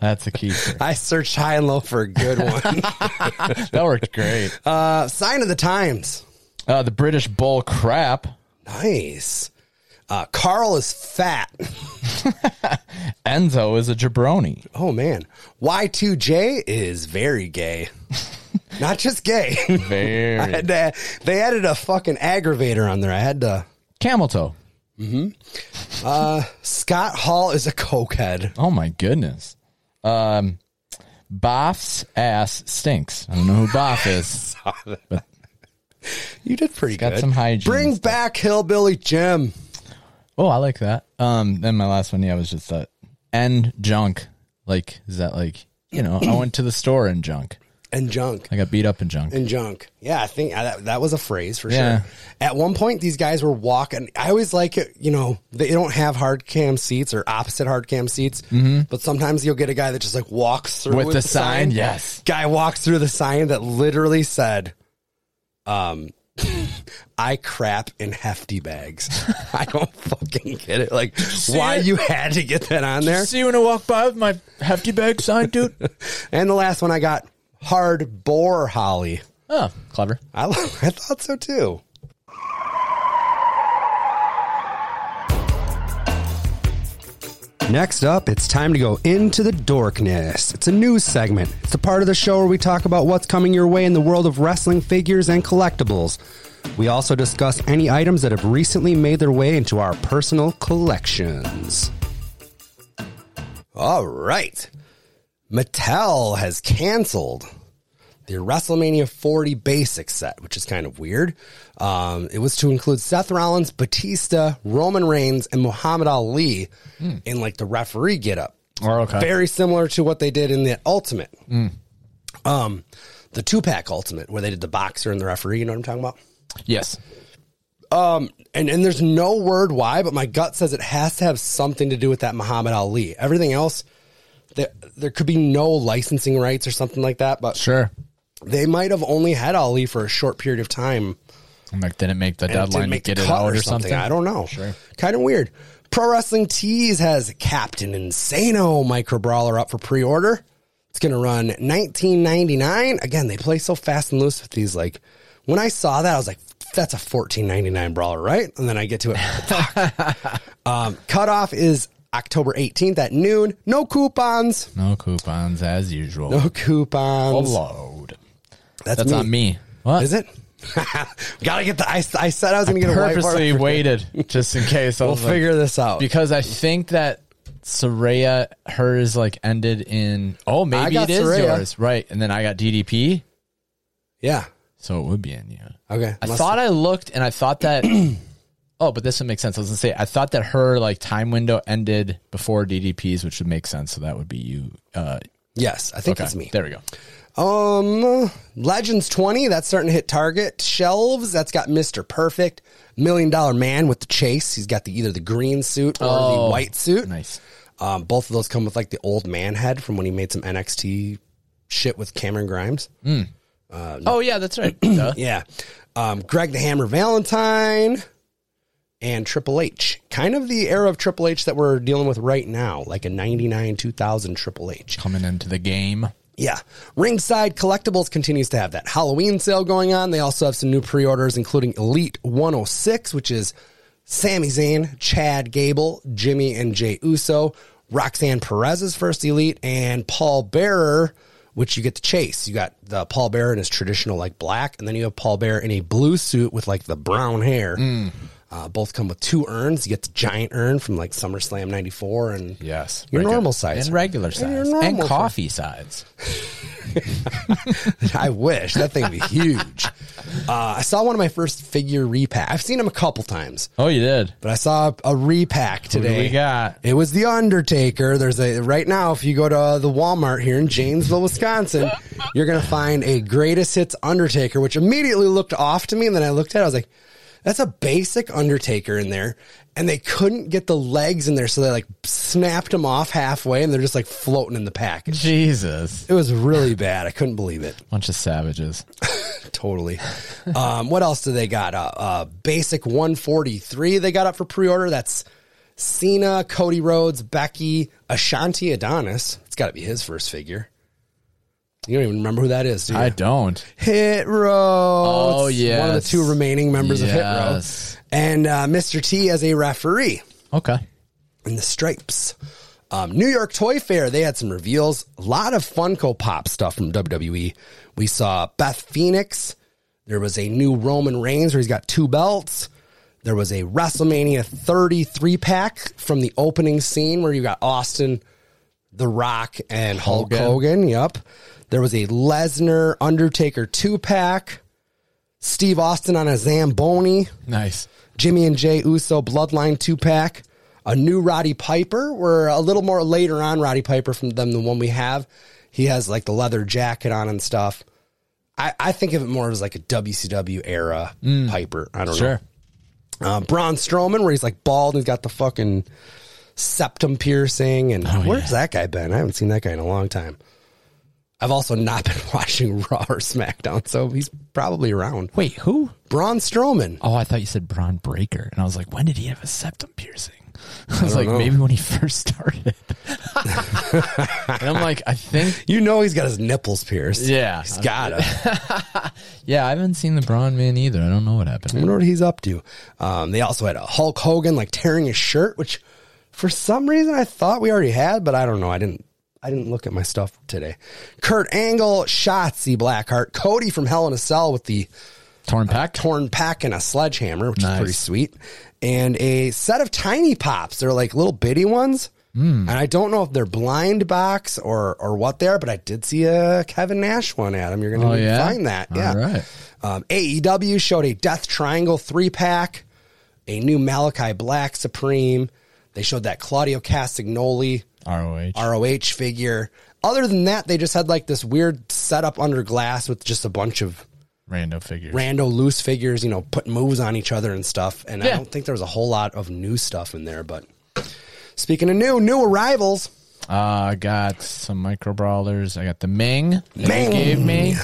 S2: That's a keeper.
S1: I searched high and low for a good one.
S2: That worked great.
S1: uh, sign of the times.
S2: Uh, the British bull crap
S1: Nice. Uh, Carl is fat.
S2: Enzo is a jabroni.
S1: Oh man, Y2J is very gay. Not just gay.
S2: Very
S1: I had to- they added a fucking aggravator on there. I had to.
S2: camel toe.
S1: Scott Hall is a cokehead.
S2: Oh my goodness. Um, Boff's ass stinks. I don't know who Boff is.
S1: You did pretty
S2: Got
S1: good.
S2: some hygiene
S1: Bring
S2: stuff.
S1: back hillbilly Jim.
S2: Oh, I like that. Um, then my last one, yeah, was just that. And junk. Like, is that like you know? I went to the store and junk.
S1: and junk.
S2: I got beat up and junk.
S1: and junk. Yeah, I think uh, that, that was a phrase for
S2: Yeah.
S1: sure. At one point, these guys were walking. I always like it, you know, they don't have hard cam seats or opposite hard cam seats, but sometimes you'll get a guy that just like walks through
S2: Mm-hmm. With the sign, yes.
S1: Guy walks through the sign that literally said, um, I crap in hefty bags. I don't fucking get it. Like, why
S2: it?
S1: you had to get that on there?
S2: See you when I walk by with my hefty bag sign, dude.
S1: And the last one I got hard bore holly.
S2: oh, clever.
S1: I, I thought so too. Next up, it's time to go into the dorkness. It's a news segment. It's the part of the show where we talk about what's coming your way in the world of wrestling figures and collectibles. We also discuss any items that have recently made their way into our personal collections. All right. Mattel has canceled the WrestleMania 40 basic set, which is kind of weird. Um, it was to include Seth Rollins, Batista, Roman Reigns, and Muhammad Ali in like the referee getup.
S2: Oh, okay.
S1: Very similar to what they did in the Ultimate, um, the two pack Ultimate, where they did the boxer and the referee. You know what I'm talking about?
S2: Yes.
S1: and and there's no word why, but my gut says it has to have something to do with that Muhammad Ali. Everything else, there there could be no licensing rights or something like that. But
S2: Sure.
S1: they might have only had Ali for a short period of time.
S2: I'm like, didn't make the
S1: and it
S2: deadline to
S1: the
S2: get it
S1: cut
S2: out or something.
S1: I don't know.
S2: Sure.
S1: Kind of weird. Pro Wrestling Tees has Captain Insano micro brawler up for pre order. It's going to run 19.99. Again, they play so fast and loose with these. Like when I saw that, I was like, "That's a 14.99 brawler, right?" And then I get to it. Fuck. um, cutoff is October 18th at noon. No coupons.
S2: No coupons as usual.
S1: No coupons.
S2: Load.
S1: That's,
S2: That's
S1: me.
S2: on me. What?
S1: Is it? Gotta get the. I, I said I was going to get a white bar.
S2: Purposely waited just in case. I
S1: We'll
S2: was like-
S1: figure this out.
S2: because I think that Soraya hers like ended in oh
S1: I
S2: maybe
S1: got
S2: it is
S1: Saraya.
S2: yours right, and then I got DDP,
S1: yeah.
S2: so it would be in you.
S1: Okay.
S2: I
S1: Must-
S2: thought I looked and I thought that. oh, but this would make sense. I was gonna say I thought that her like time window ended before DDP's, which would make sense. So that would be you. Uh,
S1: Yes, I think
S2: okay,
S1: it's me.
S2: There we go.
S1: Um, Legends 20, that's starting to hit target shelves. That's got Mr. Perfect, Million Dollar Man with the chase. He's got the either the green suit or the
S2: Oh,
S1: white suit.
S2: Nice.
S1: Um, both of those come with like the old man head from when he made some NXT shit with Cameron Grimes.
S2: Oh yeah, that's right. Duh.
S1: Yeah. Um, Greg the Hammer Valentine and Triple H. Kind of the era of Triple H that we're dealing with right now, like a 99 2000 Triple H.
S2: Coming into the game.
S1: Yeah. Ringside Collectibles continues to have that Halloween sale going on. They also have some new pre orders, including Elite 106, which is Sami Zayn, Chad Gable, Jimmy and Jay Uso, Roxanne Perez's first Elite, and Paul Bearer, which you get to chase. You got the Paul Bearer in his traditional, like black, and then you have Paul Bearer in a blue suit with like the brown hair. Uh, both come with two urns. You get the giant urn from like SummerSlam 94 and
S2: Yes.
S1: your
S2: regular-
S1: normal size.
S2: and regular
S1: And your
S2: size and,
S1: normal size.
S2: coffee size.
S1: I wish that thing would be huge. Uh, I saw one of my first figure repack. I've seen him a couple times,
S2: Oh, you did.
S1: but I saw a repack
S2: do
S1: today.
S2: we got?
S1: It was the Undertaker. There's a right now. If you go to uh, the Walmart here in Janesville, Wisconsin, you're gonna find a Greatest Hits Undertaker, which immediately looked off to me. And then I looked at, it, I was like, "That's a basic Undertaker in there." And they couldn't get the legs in there, so they like snapped them off halfway, and they're just like floating in the package.
S2: Jesus.
S1: It was really bad. I couldn't believe it.
S2: Bunch of savages.
S1: totally. Um, what else do they got? Uh, uh, Basic 143 they got up for pre order. That's Cena, Cody Rhodes, Becky, Ashanti Adonis. It's got to be his first figure. You don't even remember who that is, do you?
S2: I don't.
S1: Hit Row.
S2: Oh,
S1: It's One of the
S2: yes.
S1: two remaining members
S2: Yes.
S1: of Hit Row. And uh, Mr. T as a referee
S2: Okay.
S1: in the stripes. Um, New York Toy Fair, they had some reveals. A lot of Funko Pop stuff from WWE. We saw Beth Phoenix. There was a new Roman Reigns where he's got two belts. There was a WrestleMania 33 pack from the opening scene where you got Austin, The Rock, and Hulk
S2: Hogan.
S1: Hogan. Yep. There was a Lesnar Undertaker two pack. Steve Austin on a Zamboni.
S2: Nice.
S1: Jimmy and Jay Uso Bloodline two pack, a new Roddy Piper. We're a little more later on Roddy Piper from them than the one we have. He has like the leather jacket on and stuff. I, I think of it more as like a WCW era Piper. I don't know.
S2: Sure.
S1: Uh, Braun Strowman, where he's like bald and he's got the fucking septum piercing. And where's that guy been? I haven't seen that guy in a long time. I've also not been watching Raw or SmackDown, so he's probably around.
S2: Wait, who?
S1: Braun Strowman.
S2: Oh, I thought you said Braun Breaker, and I was like, when did he have a septum piercing? I was like,
S1: know.
S2: maybe when he first started. and I'm like, I think,
S1: You know he's got his nipples pierced.
S2: Yeah.
S1: He's got it. I
S2: yeah, I haven't seen the Braun man either. I don't know what happened.
S1: wonder what he's up to. Um, they also had a Hulk Hogan like tearing his shirt, which for some reason I thought we already had, but I don't know. I didn't I didn't look at my stuff today. Kurt Angle, Shotzi Blackheart, Cody from Hell in a Cell with the
S2: Torn pack.
S1: torn pack and a sledgehammer, which is
S2: Nice.
S1: pretty sweet, and a set of tiny pops. They're like little bitty ones.
S2: Hmm.
S1: And I don't know if they're blind box or or what they are, but I did see a Kevin Nash one, Adam. You're going to
S2: Oh, yeah?
S1: find that.
S2: All
S1: yeah.
S2: right.
S1: Um, AEW showed a Death Triangle three pack, a new Malachi Black Supreme. They showed that Claudio Castagnoli
S2: ROH.
S1: ROH figure. Other than that, they just had like this weird setup under glass with just a bunch of
S2: Random figures.
S1: rando loose figures, you know, putting moves on each other and stuff. And I
S2: Yeah.
S1: don't think there was a whole lot of new stuff in there. But speaking of new, new arrivals,
S2: Uh, I got some micro brawlers. I got the Ming. that you
S1: Ming.
S2: gave me.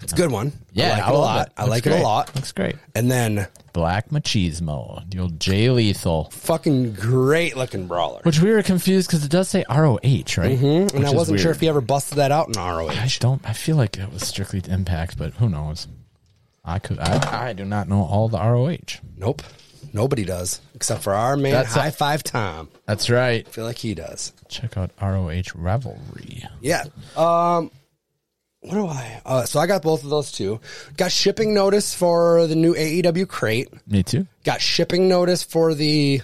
S1: it's a good one.
S2: Yeah,
S1: I like
S2: I
S1: it a
S2: love
S1: lot.
S2: it.
S1: I
S2: Looks
S1: like it
S2: great.
S1: a lot.
S2: Looks great.
S1: And then
S2: Black Machismo, the old Jay Lethal.
S1: fucking great looking brawler.
S2: Which we were confused because it does say ROH, right? Mm-hmm.
S1: and I wasn't sure if he ever busted that out in ROH.
S2: I don't. I feel like it was strictly to Impact, but who knows? I could. I, I do not know all the ROH.
S1: Nope. Nobody does. Except for our man,
S2: That's a-
S1: High Five Tom.
S2: That's right.
S1: I feel like he does.
S2: Check out ROH Revelry.
S1: Yeah. Um, what do I? Uh, so I got both of those two. Got shipping notice for the new AEW crate.
S2: Me too.
S1: got shipping notice for the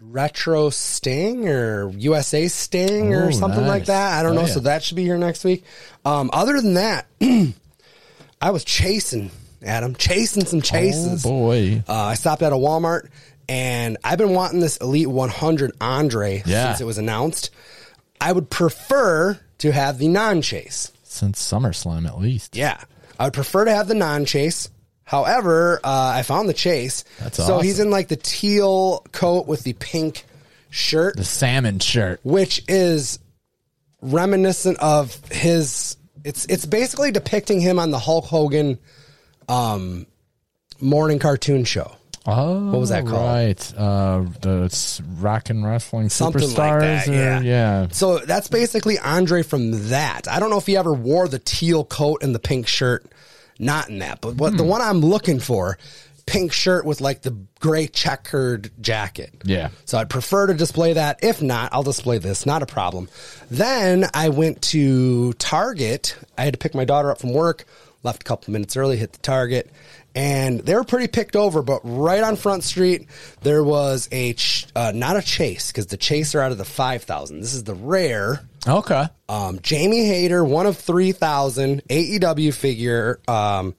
S1: retro sting or usa sting or
S2: Oh,
S1: something like
S2: nice.
S1: that i don't
S2: Oh,
S1: know
S2: yeah.
S1: so that should be here next week um, other than that i was chasing adam chasing some chases
S2: Oh boy.
S1: uh, i stopped at a walmart and i've been wanting this elite 100 andre
S2: Yeah.
S1: since it was announced i would prefer to have the non-chase
S2: Since SummerSlam, at least.
S1: yeah. I would prefer to have the non chase. However, uh, I found the chase.
S2: That's
S1: so he's
S2: awesome.
S1: in like the teal coat with the pink shirt,
S2: The salmon shirt.
S1: which is reminiscent of his. It's it's basically depicting him on the Hulk Hogan um, morning cartoon show.
S2: Oh, what
S1: was that called?
S2: Right, uh, the s- rock and wrestling
S1: Something like
S2: superstars.
S1: that,
S2: or-
S1: yeah.
S2: yeah.
S1: So that's basically Andre from that. I don't know if he ever wore the teal coat and the pink shirt. Not in that, but what the one I'm looking for, pink shirt with like the gray checkered jacket.
S2: Yeah.
S1: So I'd prefer to display that. If not, I'll display this. Not a problem. Then I went to Target. I had to pick my daughter up from work. Left a couple minutes early, hit the Target, and they were pretty picked over. But right on Front Street, there was a ch- uh, not a chase because the chase are out of the five thousand. This is the rare.
S2: Okay.
S1: Um, Jamie Hayter, one of 3,000, AEW E figure, um,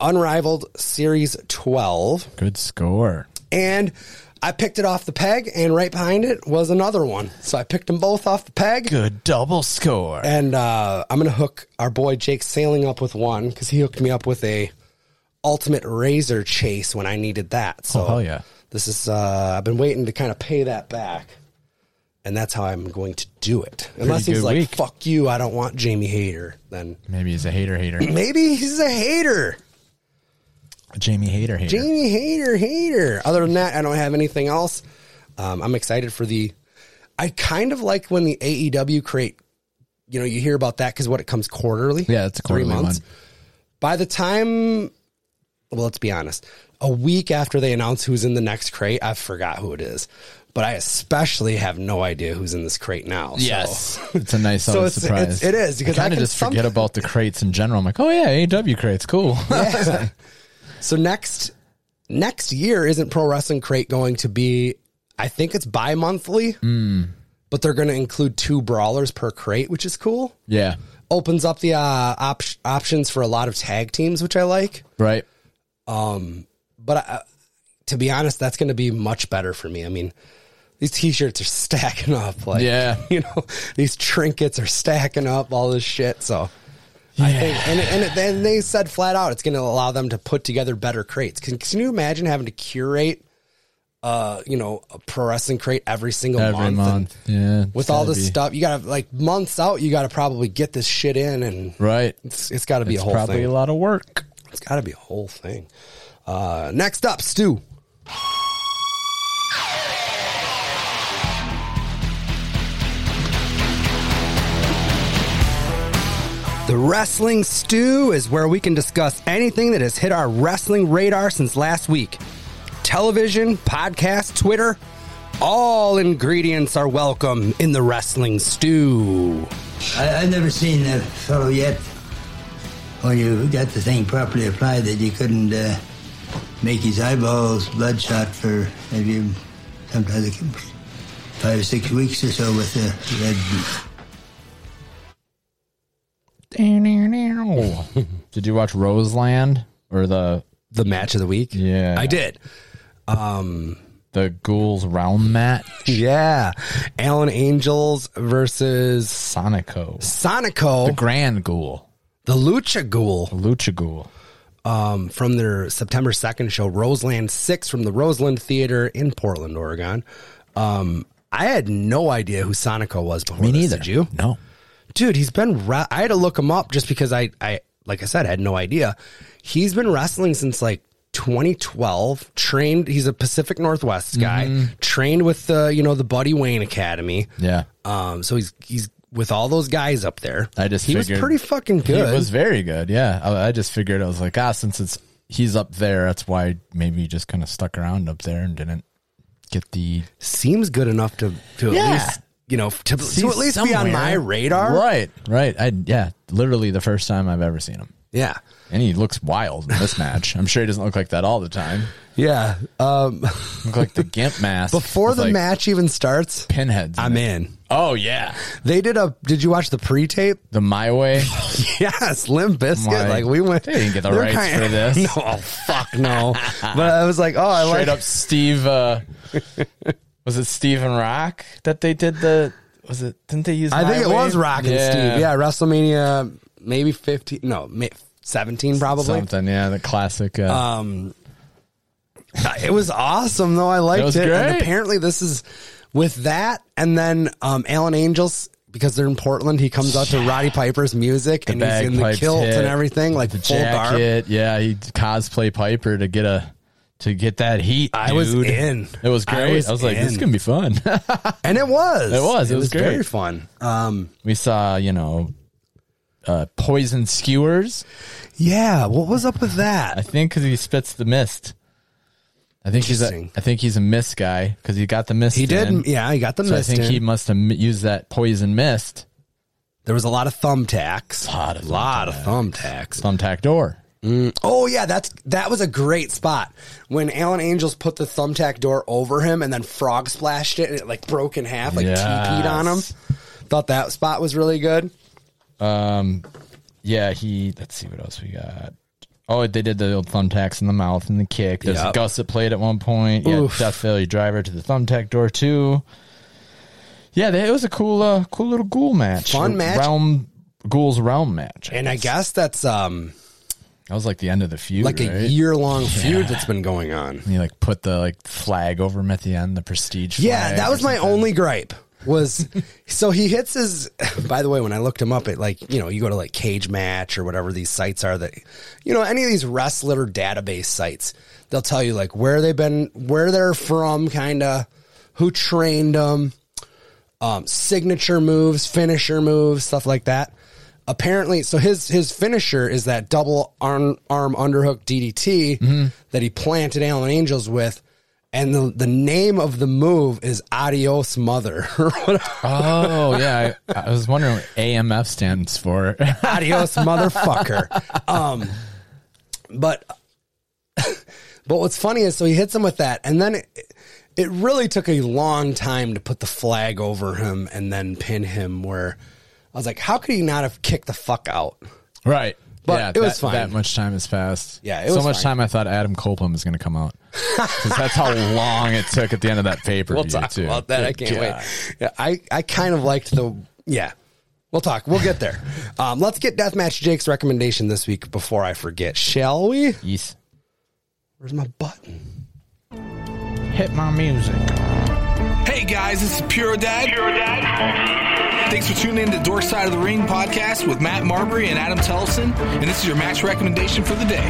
S1: Unrivaled Series 12.
S2: Good score.
S1: And I picked it off the peg, and right behind it was another one. So I picked them both off the peg.
S2: Good double score.
S1: And uh, I'm going to hook our boy Jake Sailing up with one because he hooked me up with a Ultimate Razor Chase when I needed that. So
S2: Oh, hell yeah.
S1: This is, uh, I've been waiting to kind of pay that back. And that's how I'm going to do it. Unless he's
S2: good
S1: like,
S2: week.
S1: fuck you, I don't want Jamie Hader. Then
S2: Maybe he's a hater hater.
S1: maybe he's a hater.
S2: Jamie hater hater.
S1: Jamie Hater, Hater. Other than that, I don't have anything else. Um, I'm excited for the. I kind of like when the AEW create. You know, you hear about that because what it comes quarterly.
S2: yeah, it's a
S1: Three
S2: quarterly one.
S1: months. By the time, well, let's be honest, a week after they announce who's in the next crate, I forgot who it is. But I especially have no idea who's in this crate now. so-
S2: it's a nice
S1: So
S2: little
S1: it's-
S2: surprise.
S1: it's- it is, because I
S2: kind of
S1: can
S2: just forget
S1: some-
S2: about the crates in general. I'm like, oh yeah, AW crates, cool.
S1: So next next year isn't Pro Wrestling Crate going to be I think it's bi-monthly. But they're going to include two brawlers per crate, which is cool.
S2: yeah,
S1: Opens up the uh, op- options for a lot of tag teams, which I like.
S2: right.
S1: uh, But I, to be honest, that's going to be much better for me. I mean, These T-shirts are stacking up. Like,
S2: Yeah.
S1: you know, these trinkets are stacking up. All this shit. So, I think, and and it, then they said flat out, it's going to allow them to put together better crates. Can, can you imagine having to curate, uh, you know, a pro wrestling crate every single
S2: every
S1: month?
S2: month. Yeah, it's
S1: with all
S2: gotta
S1: this
S2: be-
S1: stuff, you got to like months out. You got to probably get this shit in, and
S2: Right,
S1: it's, it's got to be
S2: it's
S1: a whole
S2: probably
S1: thing.
S2: a lot of work.
S1: It's got to be a whole thing. Uh, next up, Stu. The Wrestling Stew is where we can discuss anything that has hit our wrestling radar since last week. Television, podcast, Twitter, all ingredients are welcome in the Wrestling Stew.
S7: I, I've never seen a fellow yet when you got the thing properly applied that you couldn't uh, make his eyeballs bloodshot for maybe sometimes it can- five or six weeks or so with the red.
S2: Did you watch Roseland or the
S1: The match of the week?
S2: Yeah.
S1: I did. Um,
S2: the Ghouls round mat?
S1: Yeah. Allen Angels versus
S2: Sonico,
S1: Sonico,
S2: the
S1: the,
S2: Grand Ghoul,
S1: Lucha
S2: the
S1: Ghoul
S2: Lucha Ghoul.
S1: um, from their September 2nd show, Roseland 6 from the Roseland Theater in Portland, Oregon. Um, I had no idea who Sonico was before.
S2: Me
S1: this,
S2: neither.
S1: Did you?
S2: No.
S1: Dude, he's been. Re- I had to look him up just because I, I, like I said, I had no idea. He's been wrestling since like 2012. Trained. He's a Pacific Northwest guy.
S2: Mm-hmm.
S1: Trained with the, you know, the Buddy Wayne Academy.
S2: Yeah.
S1: Um, so he's he's with all those guys up there.
S2: I just
S1: he was
S2: figured-
S1: pretty fucking
S2: He
S1: good.
S2: was very good. Yeah. I, I just figured I was like, ah, since it's he's up there, that's why maybe he just kind of stuck around up there and didn't get the
S1: Seems good enough to to
S2: Yeah.
S1: at least you know to, to
S2: He's
S1: at least be on
S2: somewhere.
S1: my radar.
S2: Right. Right. I yeah. Literally the first time I've ever seen him,
S1: Yeah.
S2: and he looks wild in this match. I'm sure he doesn't look like that all the time.
S1: Yeah. Um,
S2: Look like the gimp mask
S1: before
S2: with,
S1: the
S2: like,
S1: match even starts,
S2: Pinheads.
S1: I'm
S2: it.
S1: in.
S2: Oh yeah.
S1: They did a. Did you watch the pre-tape?
S2: The my way.
S1: Yes, Limb Biscuit.
S2: My-
S1: like we went.
S2: They didn't get the
S1: they're
S2: rights
S1: kinda-
S2: for this.
S1: No, oh, fuck no. but I was like, oh, I
S2: Straight
S1: like.
S2: up Steve. Uh, was it Steven Rock that they did the? Was it? Didn't they use?
S1: I think it
S2: My Way?
S1: was Rock and Steve. Yeah, WrestleMania, maybe fifteen. No, ma- seventeen probably.
S2: Something, yeah, the classic. Uh,
S1: Um, it was awesome though. I liked
S2: It
S1: it.
S2: was
S1: And
S2: great.
S1: apparently this is with that and then um Alan Angels because they're in Portland, he comes out to Roddy Piper's music and he's in the
S2: bagpipes
S1: kilt
S2: hit,
S1: and everything, like
S2: the
S1: full dark.
S2: jacket. Yeah, he cosplay Piper to get a to get that heat.
S1: I was
S2: dude.
S1: in.
S2: It was
S1: I
S2: great. I was,
S1: was
S2: like, this is
S1: in.
S2: gonna be fun.
S1: And it was.
S2: It was. It was great.
S1: very fun. Um
S2: we saw, you know, uh, poison skewers.
S1: yeah, what was up with that?
S2: I think because he spits the mist. I think he's a,
S1: Interesting.
S2: I think he's a mist guy because he got the mist.
S1: He did
S2: in.
S1: yeah, he got the
S2: So I
S1: mist.
S2: think
S1: in.
S2: he must have m- used that poison mist
S1: there was a lot of thumbtacks.
S2: Lot of
S1: lot of thumbtacks.
S2: thumbtack door.
S1: Oh yeah, that's that was a great spot when Alan Angels put the thumbtack door over him and then frog splashed it and it like broke in half, like
S2: Yes.
S1: teepeed on him. Thought that spot was really good.
S2: Yeah, he. Let's see what else we got. Oh, they did the old thumbtacks in the mouth and the kick. There's a
S1: Yep.
S2: gusset plate at one point. Yeah,
S1: Oof.
S2: death failure driver to the thumbtack door too. Yeah, they, it was a cool, uh, cool little ghoul match.
S1: Fun
S2: A
S1: match.
S2: Realm ghouls realm match.
S1: And I
S2: guess.
S1: guess that's um
S2: that was like the end of the feud.
S1: like a
S2: right?
S1: year long feud that's been going on.
S2: And you like put the like flag over him at the end, the prestige.
S1: Yeah,
S2: flag
S1: that
S2: or
S1: was my
S2: something.
S1: only gripe. Was so he hits his. By the way, when I looked him up, it like you know you go to like Cage Match or whatever these sites are that, you know any of these wrestler database sites, they'll tell you like where they've been, where they're from, kind of who trained them, um, signature moves, finisher moves, stuff like that. Apparently, so his his finisher is that double arm arm underhook DDT that he planted Allen Angels with, and the the name of the move is Adios Mother or whatever.
S2: Oh yeah, I, I was wondering what AMF stands for.
S1: Adios motherfucker. Um, but but what's funny is so he hits him with that, and then it, it really took a long time to put the flag over him and then pin him. Where I was like, how could he not have kicked the fuck out?
S2: right.
S1: But
S2: yeah,
S1: it was
S2: that,
S1: fine.
S2: That much time has passed.
S1: Yeah, it
S2: so
S1: was
S2: much
S1: fine.
S2: time. I thought Adam Copeland was going to come out because that's how long it took at the end of that paper.
S1: we'll talk
S2: too.
S1: about that. I
S2: Good
S1: can't
S2: God.
S1: wait. Yeah, I, I kind of liked the yeah. We'll talk. We'll get there. Um, let's get Deathmatch Jake's recommendation this week before I forget, shall we?
S2: Yes.
S1: Where's my button?
S2: Hit my music.
S8: Hey guys, this is Pure Dad. Pure Dad. Thanks for tuning in to Dork Side of the Ring podcast with Matt Marbury and Adam Tellison, and this is your match recommendation for the day.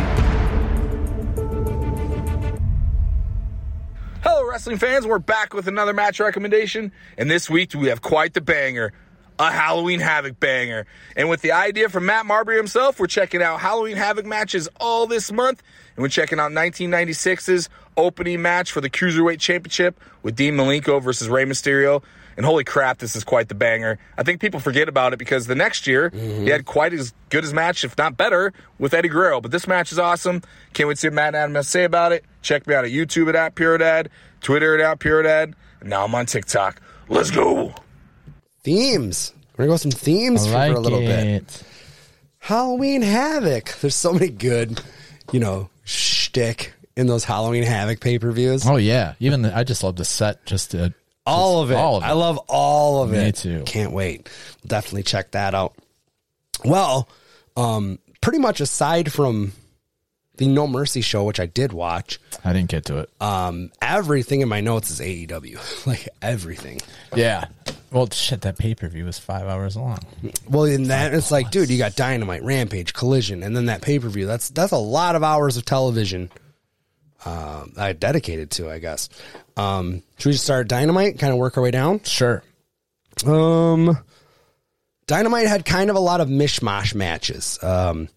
S8: Hello, wrestling fans. We're back with another match recommendation, and this week we have quite the banger. A Halloween Havoc banger. And with the idea from Matt Marbury himself, we're checking out Halloween Havoc matches all this month. And we're checking out 1996's opening match for the Cruiserweight Championship with Dean Malenko versus Rey Mysterio. And holy crap, this is quite the banger. I think people forget about it because the next year he had quite as good as match, if not better, with Eddie Guerrero. But this match is awesome. Can't wait to see what Matt and Adam have to say about it. Check me out at YouTube at, at Dad, Twitter at, at Dad. And now I'm on TikTok. Let's go.
S1: Themes. We're gonna go with some themes for, for a little bit. Halloween Havoc. There's so many good, you know, shtick in those Halloween Havoc pay per views.
S2: Oh yeah, even the, I just love the set. Just uh,
S1: all of
S2: just
S1: it.
S2: All of it.
S1: I love all of
S2: Me
S1: it.
S2: too.
S1: Can't wait. We'll definitely check that out. Well, um, pretty much aside from the No Mercy show, which I did watch,
S2: I didn't get to it.
S1: um, everything in my notes is AEW. Like everything.
S2: yeah. Well, shit. That pay per view was five hours long.
S1: Well, in that it's like, dude, you got Dynamite, Rampage, Collision, and then that pay per view. That's that's a lot of hours of television. Um, I dedicated to, I guess. Um, should we just start at Dynamite? Kind of work our way down.
S2: Sure.
S1: Um, Dynamite had kind of a lot of mishmash matches. Um,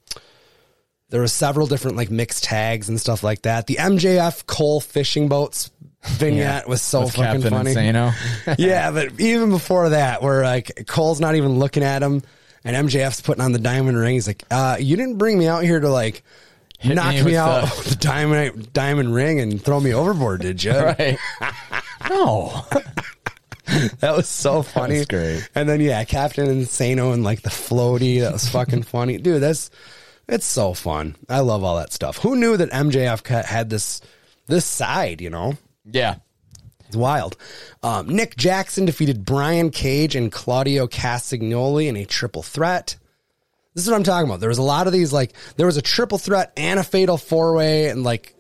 S1: there were several different like mixed tags and stuff like that. The MJF Cole fishing boats vignette was so
S2: With
S1: fucking
S2: Captain
S1: funny.
S2: Insano.
S1: yeah, but even before that, where like Cole's not even looking at him, and MJF's putting on the diamond ring. He's like, uh, "You didn't bring me out here to like."
S2: Hit
S1: knock
S2: me
S1: me,
S2: with
S1: out
S2: the-
S1: with the diamond diamond ring and throw me overboard, did you?
S2: right. no.
S1: That was so funny.
S2: was great.
S1: And then yeah, Captain Insano and like the floaty. That was fucking funny, dude. That's it's so fun. I love all that stuff. Who knew that MJF ca- had this this side? You know,
S2: Yeah.
S1: it's wild. Um, Nick Jackson defeated Brian Cage and Claudio Castagnoli in a triple threat. This is what I'm talking about. There was a lot of these like there was a triple threat and a fatal four way and like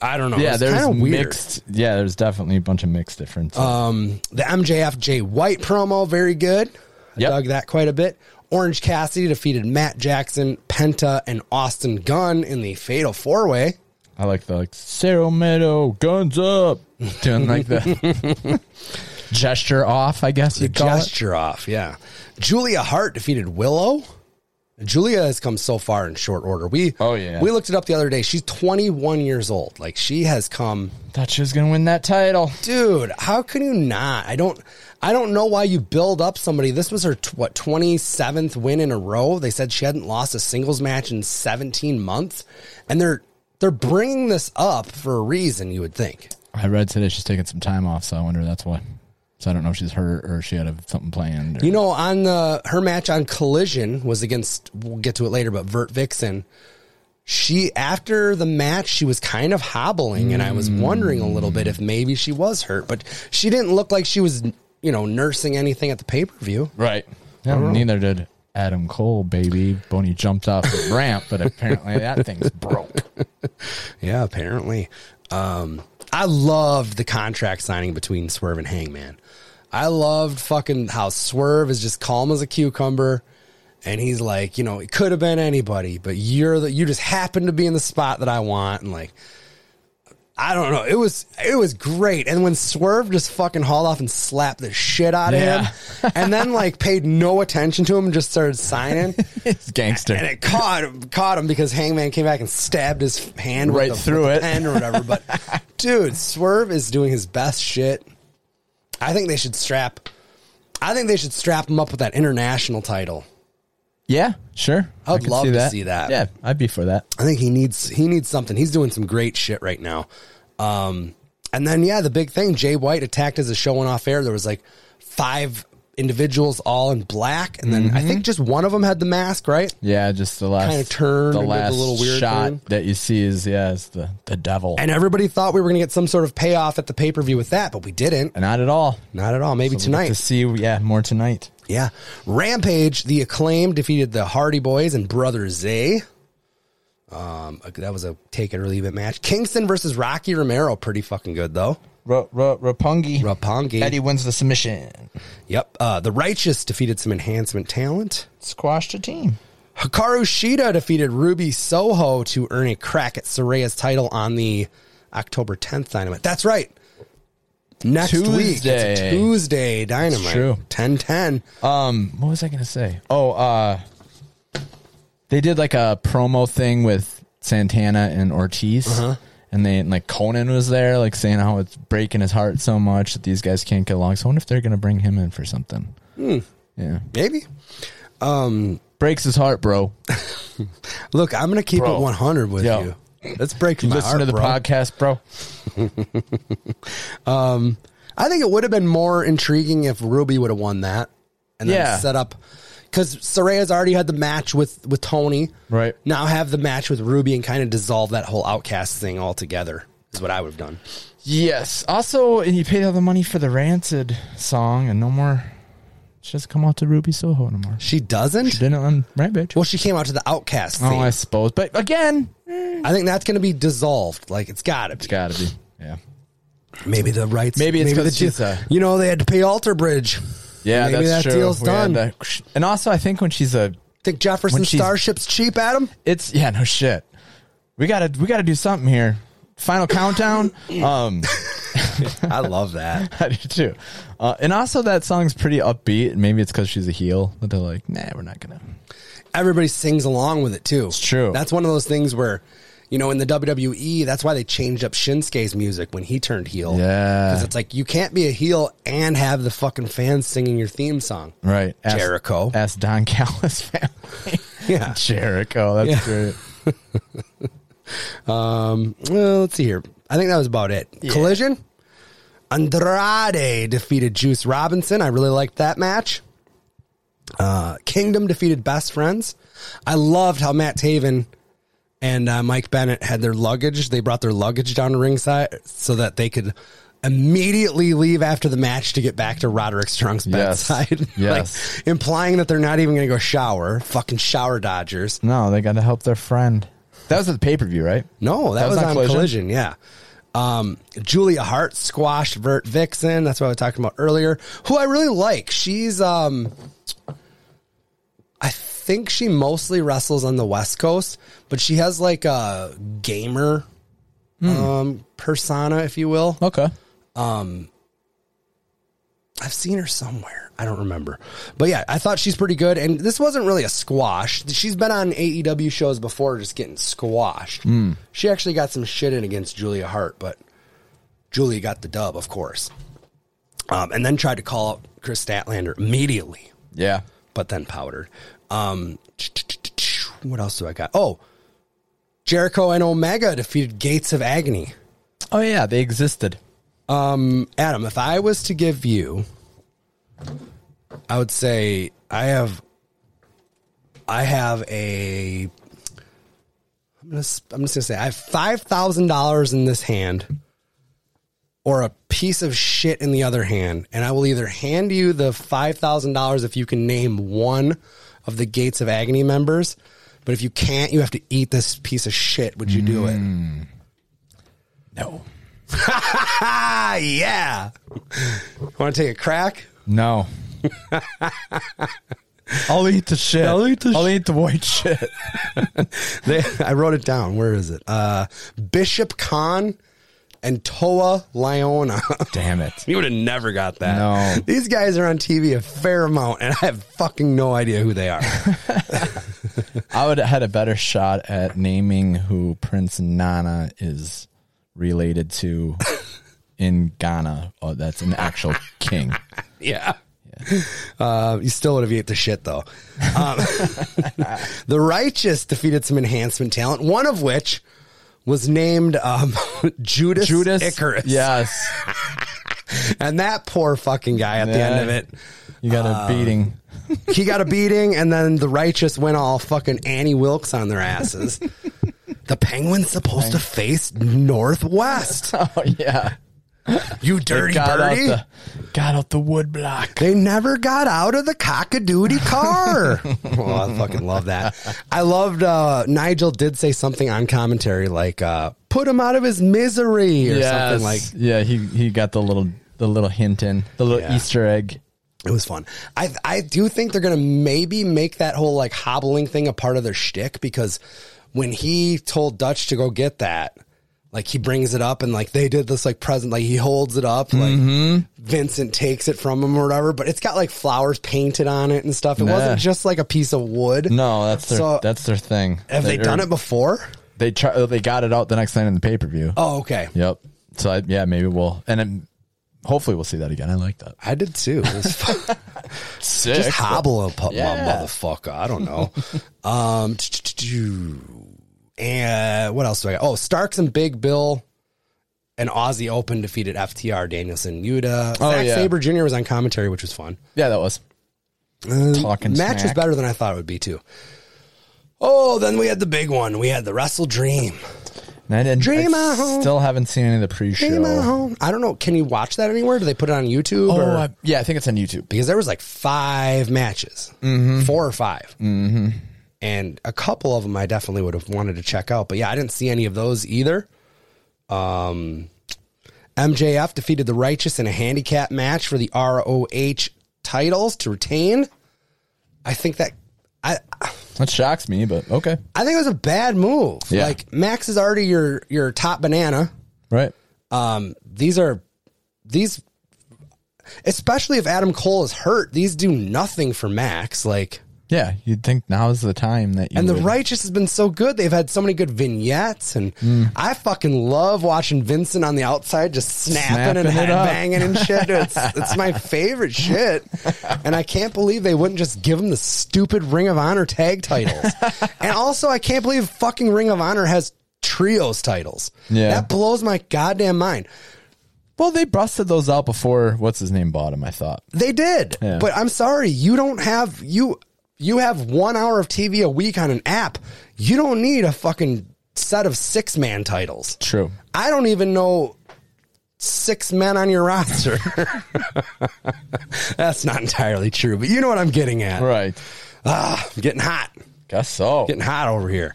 S1: I don't know. it
S2: Yeah.
S1: was
S2: There's
S1: kinda weird.
S2: mixed. Yeah. There's definitely a bunch of mixed differences.
S1: The MJF Jay White promo, very good. I
S2: Yep.
S1: dug that quite a bit. Orange Cassidy defeated Matt Jackson, Penta, and Austin Gunn in the Fatal Four Way.
S2: I like the like Cerro Meadow guns up doing like the gesture off. I guess you call it.
S1: Gesture off, yeah. Julia Hart defeated Willow. Julia has come so far in short order. We
S2: Oh, yeah.
S1: we looked it up the other day. She's 21 years old. Like she has come
S2: Thought she was gonna win that title.
S1: dude how can you not i don't i don't know why you build up somebody this was her tw- what 27th win in a row they said she hadn't lost a singles match in 17 months and they're they're bringing this up for a reason you would think
S2: I read today she's taking some time off, so I wonder that's why. So I don't know if she's hurt or she had a, something planned. Or,
S1: you know on the her match on collision was against we'll get to it later but vert vixen she after the match she was kind of hobbling and i was wondering a little bit if maybe she was hurt but she didn't look like she was you know nursing anything at the pay-per-view
S2: right? Yeah, neither did Adam Cole, baby. Boney jumped off the ramp, but apparently that thing's broke.
S1: Yeah, apparently. Um, I loved the contract signing between Swerve and Hangman. I loved fucking how Swerve is just calm as a cucumber, and he's like, you know, it could have been anybody, but you're the you just happen to be in the spot that I want, and like, I don't know, it was it was great. And when Swerve just fucking hauled off and slapped the shit out of
S2: Yeah.
S1: him, and then like paid no attention to him and just started signing,
S2: It's gangster.
S1: and it caught him, caught him because Hangman came back and stabbed his hand with
S2: Right
S1: the- with
S2: through
S1: the
S2: it.
S1: pen or whatever. But dude, Swerve is doing his best shit. I think they should strap. I think they should strap him up with that international title.
S2: yeah, sure.
S1: I would
S2: could
S1: love to see that.
S2: Yeah, I'd be for that.
S1: I think he needs he needs something. He's doing some great shit right now. Um, and then yeah, the big thing. Jay White attacked as a show went off air. There was like five individuals all in black, and
S2: Mm-hmm.
S1: then I think just one of them had the mask, right?
S2: Yeah, just the last
S1: Kinda turned
S2: the
S1: and did the
S2: last
S1: little weird
S2: shot
S1: thing.
S2: that you see is yeah, it's the the devil,
S1: And everybody thought we were going to get some sort of payoff at the pay per view with that, but we didn't.
S2: Uh, not at all.
S1: Not at all. Maybe
S2: So we'll get
S1: tonight.
S2: to see yeah more tonight.
S1: Yeah. Rampage, the acclaim, defeated the Hardy Boys and Brother Zay. Um, that was a take it or leave it match. Kingston versus Rocky Romero, pretty fucking good though.
S2: R- R- Rapungi.
S1: Rapongi.
S2: Eddie wins the submission.
S1: Yep. Uh, the Righteous defeated some enhancement talent.
S2: Squashed a team.
S1: Hikaru Shida defeated Ruby Soho to earn a crack at Soraya's title on the October 10th Dynamite. That's right. Next week, it's a
S2: Tuesday.
S1: Tuesday Dynamite.
S2: true.
S1: 10-10.
S2: Um, what was I gonna say? Oh, uh, they did like a promo thing with Santana and Ortiz,
S1: Uh-huh.
S2: and they and like Conan was there, like saying how it's breaking his heart so much that these guys can't get along. So I wonder if they're gonna bring him in for something.
S1: Hmm.
S2: Yeah,
S1: Maybe.
S2: breaks his heart, bro.
S1: Look, I'm going to keep
S2: Bro.
S1: it 100 with
S2: Yo.
S1: you. Let's break
S2: You
S1: my
S2: listen
S1: heart,
S2: to the
S1: bro.
S2: podcast, bro.
S1: I think it would have been more intriguing if Ruby would have won that and then
S2: Yeah.
S1: set up because Soraya's already had the match with with Tony.
S2: Right.
S1: now, have the match with Ruby and kind of dissolve that whole outcast thing altogether is what I would have done.
S2: Yes. Also, and you paid all the money for the Rancid song, and no more. She doesn't come out to Ruby Soho anymore. She
S1: She doesn't.
S2: didn't on Rampage.
S1: well, she came out to the outcast
S2: Oh,
S1: thing.
S2: I
S1: I,
S2: suppose. But again,
S1: think that's going to be dissolved. Like it's got to be.
S2: gotta be. Yeah.
S1: maybe the rights.
S2: Maybe it's 'cause
S1: the
S2: she's
S1: deal-
S2: a-
S1: You know, they had to pay Alter Bridge.
S2: Yeah,
S1: Maybe
S2: that's
S1: that
S2: true.
S1: deal's
S2: We had
S1: done.
S2: that- And also, I think when she's a,
S1: Think Jefferson
S2: When she's-
S1: Starship's cheap, Adam?
S2: it's yeah, no shit. We gotta we gotta do something here. Final countdown. um,
S1: I love that.
S2: I do too. Uh, and also, that song's pretty upbeat. and Maybe it's because she's a heel that they're like, nah, we're not gonna.
S1: everybody sings along with it too.
S2: It's true.
S1: That's one of those things where, you know, in the WWE, that's why they changed up Shinsuke's music when he turned heel.
S2: Yeah.
S1: because it's like you can't be a heel and have the fucking fans singing your theme song.
S2: Right. Ask,
S1: Jericho.
S2: Ask Don Callis family.
S1: Yeah.
S2: Jericho. That's
S1: Yeah.
S2: great.
S1: Um, well, let's see here. I think that was about it. Collision. Andrade defeated Juice Robinson. I really liked that match. Uh, Kingdom defeated Best Friends. I loved how Matt Taven and uh, Mike Bennett had their luggage. They brought their luggage down to ringside so that they could immediately leave after the match to get back to Roderick Strong's
S2: Yes.
S1: bedside.
S2: Yes.
S1: like, implying that they're not even going to go shower. Fucking shower dodgers.
S2: No, they gotta help their friend. That was at the pay per view, right?
S1: No, that,
S2: That
S1: was, on
S2: was on
S1: collision.
S2: Collision?
S1: Yeah. Um, Julia Hart squashed Vert Vixen. That's what I was talking about earlier. Who I really like. She's um, I think she mostly wrestles on the West Coast, but she has like a gamer
S2: Hmm.
S1: um persona, if you will.
S2: Okay.
S1: I've seen her somewhere. I don't remember. But yeah, I thought she's pretty good. And this wasn't really a squash. She's been on AEW shows before just getting squashed. She actually got some shit in against Julia Hart, but Julia got the dub, of course. Um, and then tried to call out Chris Statlander immediately,
S2: Yeah.
S1: but then powdered. Um, what else do I got? Oh, Jericho and Omega defeated Gates of Agony.
S2: Oh yeah, they existed.
S1: Adam, if I was to give you, I would say I have, I have a. I'm gonna, s- I'm just gonna say I have five thousand dollars in this hand, or a piece of shit in the other hand, and I will either hand you the five thousand dollars if you can name one of the Gates of Agony members, but if you can't, you have to eat this piece of shit. Would you do it?
S2: No.
S1: Ah, yeah. Want to take a crack?
S2: No. I'll eat the shit. I'll eat the, white shit.
S1: They, I wrote it down. Where is it? Uh, Bishop Khan and Toa Liona.
S2: Damn it.
S1: you would have never got that.
S2: No.
S1: These guys are on TV a fair amount, and I have fucking no idea who they are.
S2: I would have had a better shot at naming who Prince Nana is related to in Ghana. Oh, that's an actual king.
S1: yeah. Uh, you still would have ate the shit though. Um, the righteous defeated some enhancement talent, one of which was named um, Judas,
S2: Judas
S1: Icarus.
S2: Yes.
S1: and that poor fucking guy at the
S2: Yeah.
S1: end of it.
S2: You got a beating.
S1: he got a beating, and then the righteous went all fucking Annie Wilkes on their asses. the Penguins supposed to face Northwest.
S2: Oh yeah.
S1: You dirty
S2: got
S1: birdie.
S2: out the got out the wood block.
S1: They never got out of the cockadoodie car. oh, I fucking love that. I loved uh, Nigel did say something on commentary like uh, "put him out of his misery" or something like.
S2: yeah, he he got the little the little hint in the little
S1: Yeah.
S2: Easter egg.
S1: It was fun. I I do think they're gonna maybe make that whole like hobbling thing a part of their shtick because when he told Dutch to go get that. Like he brings it up and like they did this like present, like he holds it up, like Vincent takes it from him or whatever, but it's got like flowers painted on it and stuff. It wasn't just like a piece of wood.
S2: No, that's their
S1: So-
S2: that's their thing.
S1: Have they,
S2: Or
S1: done it before?
S2: They try, oh, they got it out the next night in the pay per view.
S1: Oh, okay.
S2: Yep. So I, yeah, maybe we'll and then hopefully we'll see that again. I like that.
S1: I did too. It was fun.
S2: Sick.
S1: Just hobble a pu-
S2: Yeah.
S1: my motherfucker. I don't know. um, and what else do I got? Oh, Starks and Big Bill and Aussie Open defeated FTR, Danielson, Yuta.
S2: Oh,
S1: Zack
S2: yeah.
S1: Saber Jr. was on commentary, which was fun.
S2: yeah, that was Uh, talking
S1: Match was
S2: smack.
S1: better than I thought it would be too. Oh, then we had the big one. We had the Wrestle Dream.
S2: And I didn't,
S1: Dream
S2: I
S1: on.
S2: still haven't seen any of the pre
S1: Dream on
S2: show.
S1: home. I don't know. Can you watch that anywhere? Do they put it on YouTube?
S2: Oh,
S1: or-
S2: I, yeah, I think it's on YouTube.
S1: because there was like five matches, four or 5 mm-hmm. and a couple of them I definitely would have wanted to check out. But yeah, I didn't see any of those either. Um, MJF defeated the Righteous in a handicap match for the ROH titles to retain. I think that I
S2: That shocks me, but okay.
S1: I think it was a bad move.
S2: Yeah.
S1: Like Max is already your your top banana
S2: Right.
S1: Um, these are these especially if Adam Cole is hurt, these do nothing for Max. Like
S2: Yeah, you'd think now's the time that you
S1: and the
S2: would-
S1: righteous has been so good. They've had so many good vignettes and
S2: Mm.
S1: I fucking love watching Vincent on the outside just snapping,
S2: Snapping
S1: and
S2: it up.
S1: headbanging and shit. dude. It's, it's my favorite shit. And I can't believe they wouldn't just give him the stupid Ring of Honor tag titles. and also I can't believe fucking Ring of Honor has trios titles.
S2: Yeah.
S1: That blows my goddamn mind.
S2: Well, they busted those out before what's his name bought him. I thought.
S1: They did.
S2: Yeah.
S1: But I'm sorry, you don't have you you have 1 hour of TV a week on an app. You don't need a fucking set of six-man titles.
S2: True.
S1: I don't even know six men on your roster. That's not entirely true, but you know what I'm getting at.
S2: Right.
S1: Ah, I'm getting hot.
S2: Guess so.
S1: Getting hot over here.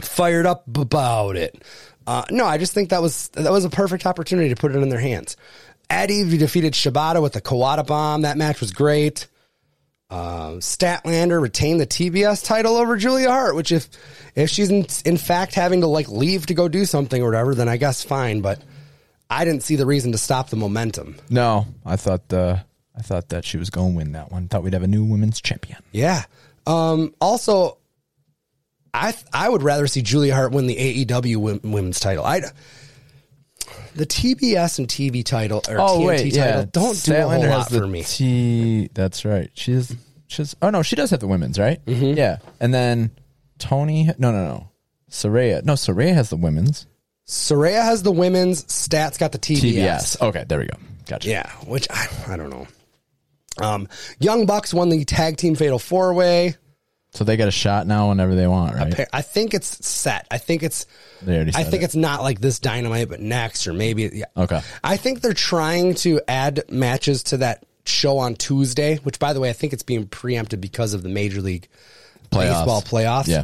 S1: Fired up about it. Uh, no, I just think that was that was a perfect opportunity to put it in their hands. Eddie defeated Shibata with the Kawada bomb. That match was great. Um, Statlander retained the TBS title over Julia Hart, which if if she's in, in fact having to like leave to go do something or whatever, then I guess fine. But I didn't see the reason to stop the momentum.
S2: No, I thought uh, I thought that she was going to win that one. Thought we'd have a new women's champion.
S1: Yeah. Um, also, I I would rather see Julia Hart win the AEW wom- women's title. I the TBS and TV title or TNT title don't do a whole
S2: Oh, Statlander has
S1: lot
S2: the
S1: for me.
S2: T, that's right. She's she's. Oh no, she does have the women's right. Mm-hmm. Yeah, and then Tony. No, no, no. Soraya. No, Soraya has the women's.
S1: Soraya has the women's. Stats got the TBS.
S2: TBS. Okay, there we go. Gotcha.
S1: Yeah, which I I don't know. Um, Young Bucks won the tag team fatal four way.
S2: So they get a shot now whenever they want, right?
S1: I think it's set. I think it's
S2: They already
S1: I
S2: said
S1: think
S2: it.
S1: it's not like this dynamite, but next or maybe. Yeah.
S2: Okay.
S1: I think they're trying to add matches to that show on Tuesday, which, by the way, I think it's being preempted because of the Major League Baseball playoffs.
S2: Yeah.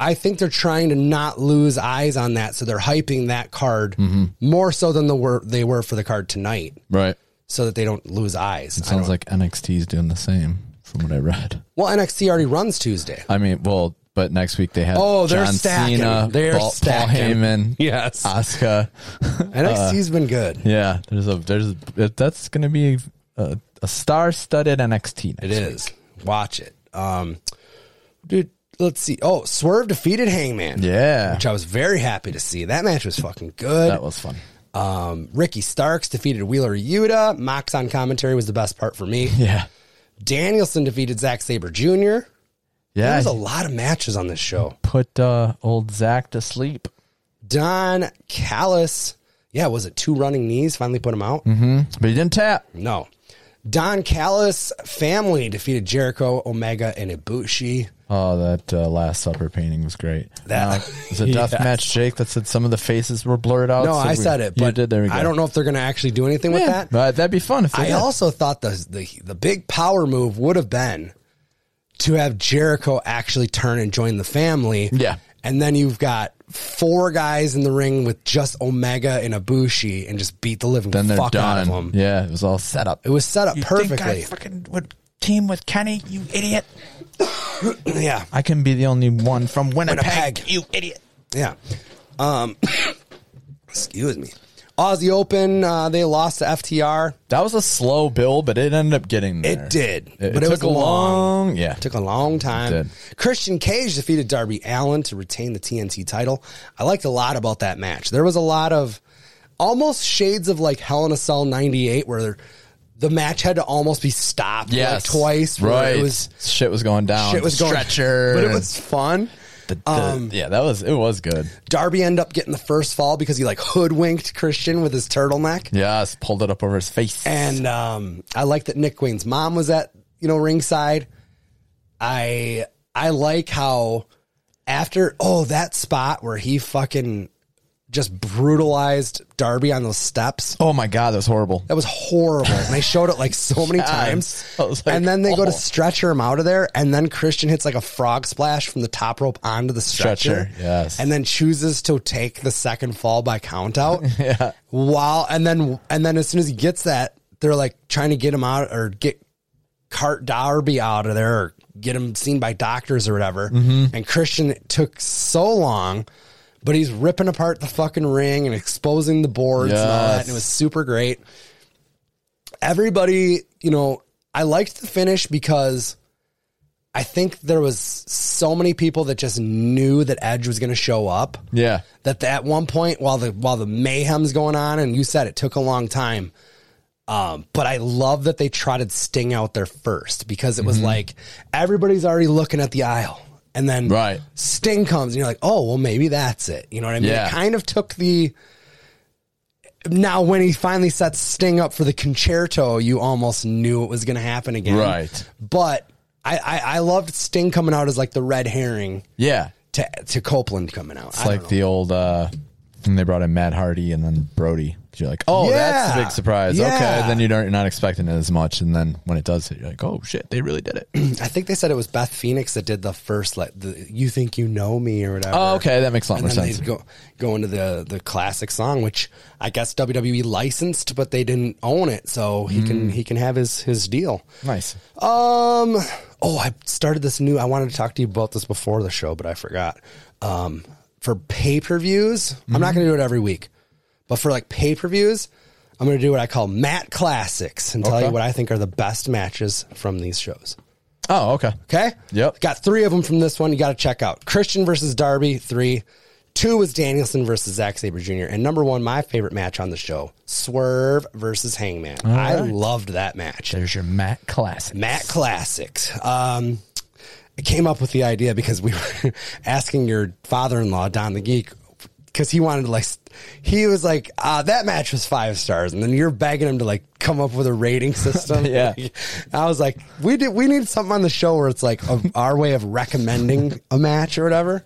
S1: I think they're trying to not lose eyes on that, so they're hyping that card
S2: Mm-hmm.
S1: more so than the were they were for the card tonight,
S2: Right.
S1: so that they don't lose eyes. I
S2: Sounds
S1: don't-
S2: like NXT's doing the same from what I read.
S1: well, NXT already runs Tuesday.
S2: I mean, well, but next week they have
S1: Oh, they're
S2: John
S1: stacking.
S2: Cena,
S1: They're
S2: Paul,
S1: stacking.
S2: Paul Heyman,
S1: Yes.
S2: Asuka.
S1: NXT's been good.
S2: Yeah, there's a there's a, that's going to be a, a star-studded NXT. Next
S1: It
S2: week.
S1: is. Watch it. Um, dude, let's see. Oh, Swerve defeated Hangman.
S2: Yeah.
S1: Which I was very happy to see. That match was fucking good.
S2: That was fun.
S1: um, Ricky Starks defeated Wheeler Yuta. Mox on commentary was the best part for me.
S2: Yeah.
S1: Danielson defeated Zack Sabre Jr.
S2: Yeah.
S1: There's a lot of matches on this show.
S2: put uh, old Zach to sleep.
S1: Don Callis yeah, was it two running knees finally put him out?
S2: Mm-hmm. But he didn't tap.
S1: No. Don Callis' family defeated Jericho, Omega, and Ibushi.
S2: Oh, that uh, Last Supper painting was great.
S1: That-
S2: it was a death
S1: Yes.
S2: match, Jake, that said some of the faces were blurred out.
S1: No,
S2: so
S1: I
S2: Oh, we-
S1: said it,
S2: you
S1: but
S2: did. There we go.
S1: I don't know if they're going to actually do anything with
S2: Yeah,
S1: that.
S2: but that'd be fun if they
S1: I
S2: did.
S1: also thought the, the the big power move would have been to have Jericho actually turn and join the family.
S2: Yeah.
S1: And then you've got four guys in the ring with just Omega and Ibushi and just beat the living
S2: then they're
S1: fuck out of
S2: done.
S1: them.
S2: Yeah, it was all set up.
S1: It was set up perfectly.
S2: fucking would team with Kenny, you idiot.
S1: yeah.
S2: I can be the only one from Winnipeg,
S1: Winnipeg.
S2: you idiot.
S1: Yeah. Um, excuse me. Aussie Open, uh, they lost to FTR.
S2: That was a slow build, but it ended up getting there.
S1: It did,
S2: It,
S1: but it,
S2: took
S1: was
S2: a long, yeah.
S1: Took a long
S2: It
S1: time. Christian Cage defeated Darby Allen to retain the TNT title. I liked a lot about that match. There was a lot of almost shades of like Hell in a Cell '98, where the match had to almost be stopped
S2: Yes.
S1: like twice. where
S2: Right.
S1: It was
S2: shit was going down.
S1: shit was going
S2: stretcher.
S1: but it was um, fun.
S2: The- the- yeah, that was it was good.
S1: Darby ended up getting the first fall because he like hoodwinked Christian with his turtleneck.
S2: Yes, pulled it up over his face.
S1: And um, I like that Nick Queen's mom was at you know ringside. I I like how after oh that spot where he fucking just brutalized Darby on those steps.
S2: oh my god, that was horrible.
S1: That was horrible. And they showed it like so many times.
S2: I was like,
S1: and then they go
S2: oh.
S1: to stretcher him out of there. And then Christian hits like a frog splash from the top rope onto the stretcher.
S2: Stretcher, yes.
S1: And then chooses to take the second fall by count out. yeah. While, and then, and then as soon as he gets that, they're like trying to get him out or get cart Darby out of there or get him seen by doctors or whatever. And Christian it took so long, but he's ripping apart the fucking ring and exposing the boards and all that.
S2: Yes.
S1: And it was super great. Everybody, you know, I liked the finish because I think there was so many people that just knew that Edge was going to show up
S2: Yeah.
S1: that at one point while the while the mayhem's going on and you said it took a long time um, but I love that they trotted Sting out there first because it
S2: Mm-hmm.
S1: was like everybody's already looking at the aisle and then
S2: Right.
S1: Sting comes and you're like oh well maybe that's it you know what I mean
S2: Yeah.
S1: it kind of took the now when he finally sets Sting up for the concerto you almost knew it was going to happen again
S2: Right.
S1: but I, I I loved Sting coming out as like the red herring
S2: Yeah.
S1: to to Copeland coming out
S2: It's like the old uh when they brought in Matt Hardy and then Brody. You're like, oh, that's the
S1: Yeah.
S2: big surprise.
S1: Yeah.
S2: Okay, then you don't, you're not expecting it as much, and then when it does hit, you're like, oh shit, they really did it.
S1: I think they said it was Beth Phoenix that did the first like the you think you know me or whatever.
S2: oh, okay, that makes a lot
S1: And
S2: more
S1: then
S2: sense.
S1: they go go into the the classic song, which I guess WWE licensed, but they didn't own it, so he
S2: Mm.
S1: can he can have his his deal.
S2: nice.
S1: Um. Oh, I started this new. I wanted to talk to you about this before the show, but I forgot. Um, for pay per views, I'm not going
S2: Mm-hmm.
S1: to do it every week, but for like pay per views, I'm going to do what I call Matt Classics and tell
S2: Okay.
S1: you what I think are the best matches from these shows.
S2: Oh, okay.
S1: Okay.
S2: Yep.
S1: Got three of them from this one. You got to check out Christian versus Darby. Three. Two was Danielson versus Zack Saber Jr. And number one, my favorite match on the show, Swerve versus Hangman. I loved that match.
S2: There's your Matt classic.
S1: Matt Classics. Um, I came up with the idea because we were asking your father-in-law Don the Geek because he wanted to like s- he was like uh, that match was five stars, and then you're begging him to like come up with a rating system.
S2: Yeah.
S1: I was like, we did we need something on the show where it's like a, our way of recommending a match or whatever.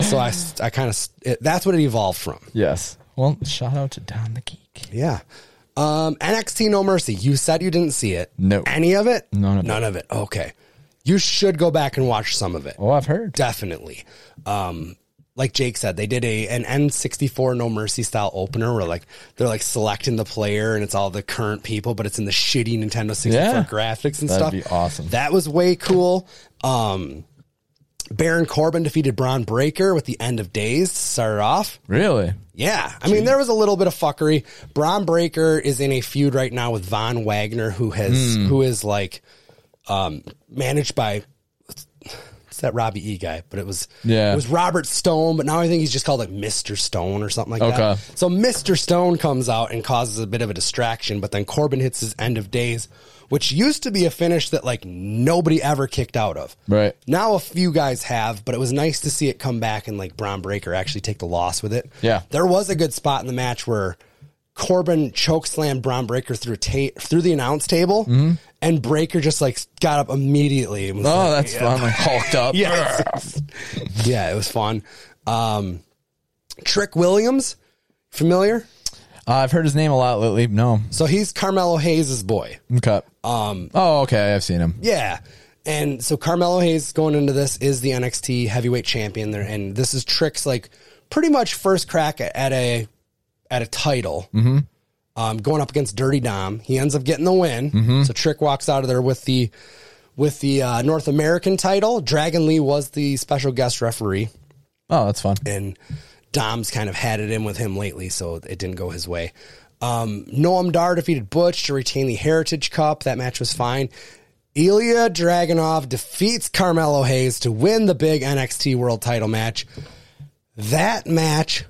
S1: So I s- I kind of that's what it evolved from.
S2: Yes. Well, shout out to Don the Geek.
S1: Yeah. Um, NXT No Mercy. You said you didn't see it.
S2: No.
S1: Any of it?
S2: None of it.
S1: None of it. Okay. You should go back and watch some of it.
S2: Oh, I've heard.
S1: Definitely. Um, like Jake said, they did a an N64 No Mercy style opener where like they're like selecting the player and it's all the current people, but it's in the shitty Nintendo 64
S2: Yeah.
S1: graphics and
S2: That'd
S1: stuff.
S2: be awesome.
S1: That was way cool. Um, Baron Corbin defeated Braun Breaker with the End of Days. to Start it off.
S2: Really?
S1: Yeah, I mean, there was a little bit of fuckery. Braun Breaker is in a feud right now with Von
S2: Hmm.
S1: Wagner, who has who is like um, managed by It's that Robbie E guy, but it was
S2: Yeah.
S1: it was Robert Stone, but now I think he's just called like Mr. Stone or something like
S2: Okay.
S1: that. So Mr. Stone comes out and causes a bit of a distraction, but then Corbin hits his end of days, which used to be a finish that like nobody ever kicked out of.
S2: Right.
S1: Now a few guys have, but it was nice to see it come back and like Braun Breaker actually take the loss with it.
S2: Yeah.
S1: There was a good spot in the match where Corbin chokeslammed Braun Breaker through ta- through the announce table and Breaker just like got up immediately and was
S2: Mm-hmm. Oh,
S1: like,
S2: that's fun. Like hulked up.
S1: Yes. yeah, it was fun. Um, Trick Williams, familiar?
S2: Uh, I've heard his name a lot lately. No.
S1: So he's Carmelo Hayes' boy.
S2: Okay. Um. Oh, okay. I've seen him.
S1: Yeah. And so Carmelo Hayes going into this is the NXT heavyweight champion there, and this is Trick's like pretty much first crack at, at a at a title. Mm-hmm. Um, going up against Dirty Dom, he ends up getting the win. So Trick walks out of there with the with the uh, North American title. Dragon Lee was the special guest referee.
S2: Oh, that's fun.
S1: and Dom's kind of had it in with him lately, so it didn't go his way. Um, Noam Dar defeated Butch to retain the Heritage Cup. That match was fine. Ilya Dragunov defeats Carmelo Hayes to win the big NXT World Title match. That match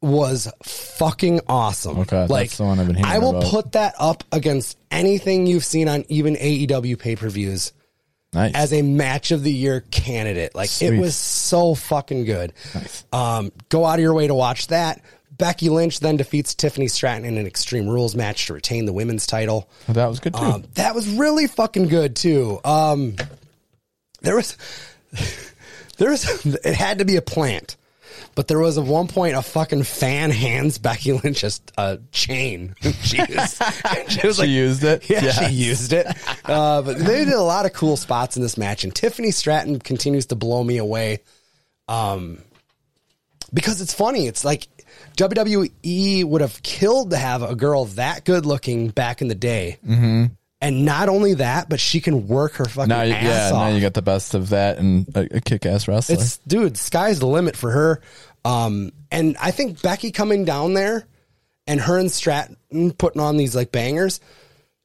S1: was fucking awesome.
S2: Okay, that's
S1: like
S2: the one I've been hearing
S1: I will
S2: about.
S1: put that up against anything you've seen on even E AEW pay per views
S2: Nice.
S1: as a match of the year candidate. Like
S2: Sweet.
S1: it was so fucking good. Um, go out of your way to watch that. Becky Lynch then defeats Tiffany Stratton in an Extreme Rules match to retain the women's title.
S2: that was good too.
S1: Um, that was really fucking good too. Um, there was, there was, it had to be a plant, but there was at one point a fucking fan hands Becky Lynch a, a chain. She used, she was
S2: She used it?
S1: Yeah,
S2: Yeah.
S1: she used it. Uh, but they did a lot of cool spots in this match, and Tiffany Stratton continues to blow me away. Um, because it's funny. It's like WWE would have killed to have a girl that good looking back in the day. And not only that, but she can work her fucking
S2: Mm-hmm. now, you, yeah.
S1: ass off.
S2: Now you got the best of that and a, a kick-ass wrestler.
S1: It's dude, sky's the limit for her. Um, and I think Becky coming down there and her and Stratton putting on these like bangers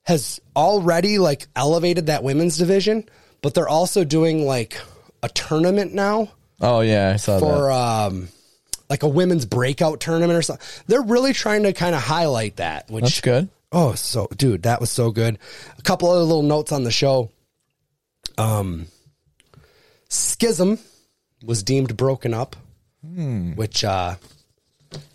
S1: has already like elevated that women's division, but they're also doing like a tournament now
S2: oh yeah, I saw
S1: for
S2: that.
S1: um like a women's breakout tournament or something. They're really trying to kind of highlight that, which
S2: That's good.
S1: Oh, so dude, that was so good. A couple other little notes on the show. Um, Schism was deemed broken up,
S2: Hmm.
S1: which uh,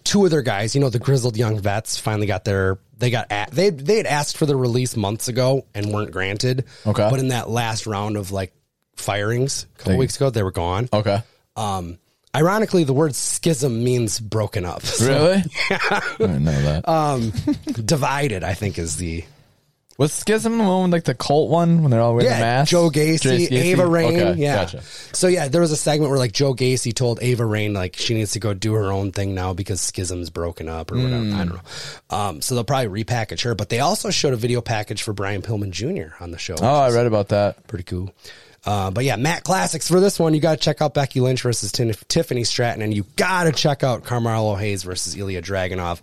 S1: two other guys, you know, the grizzled young vets, finally got their they got a, they they had asked for their release months ago and weren't granted.
S2: Okay.
S1: but in that last round of like firings a couple
S2: Dang.
S1: weeks ago, they were gone.
S2: Okay.
S1: Um, ironically, the word schism means broken up. So Uh,
S2: Really? Yeah. I didn't know that.
S1: divided, I think, is the
S2: Was Schism the one like the cult one when they're all wearing the masks?
S1: Joe Gacy, Ava Rain.
S2: Okay,
S1: yeah.
S2: Gotcha.
S1: So yeah, there was a segment where like Joe Gacy told Ava Rain like she needs to go do her own thing now because Schism's broken up or whatever.
S2: Hmm.
S1: I don't know. Um, so they'll probably repackage her, but they also showed a video package for Brian Pillman Jr. on the show.
S2: Oh, I read about that.
S1: pretty cool. Uh, but yeah, Matt Classics for this one. You got to check out Becky Lynch versus Tin- Tiffany Stratton, and you got to check out Carmelo Hayes versus Ilya Dragunov.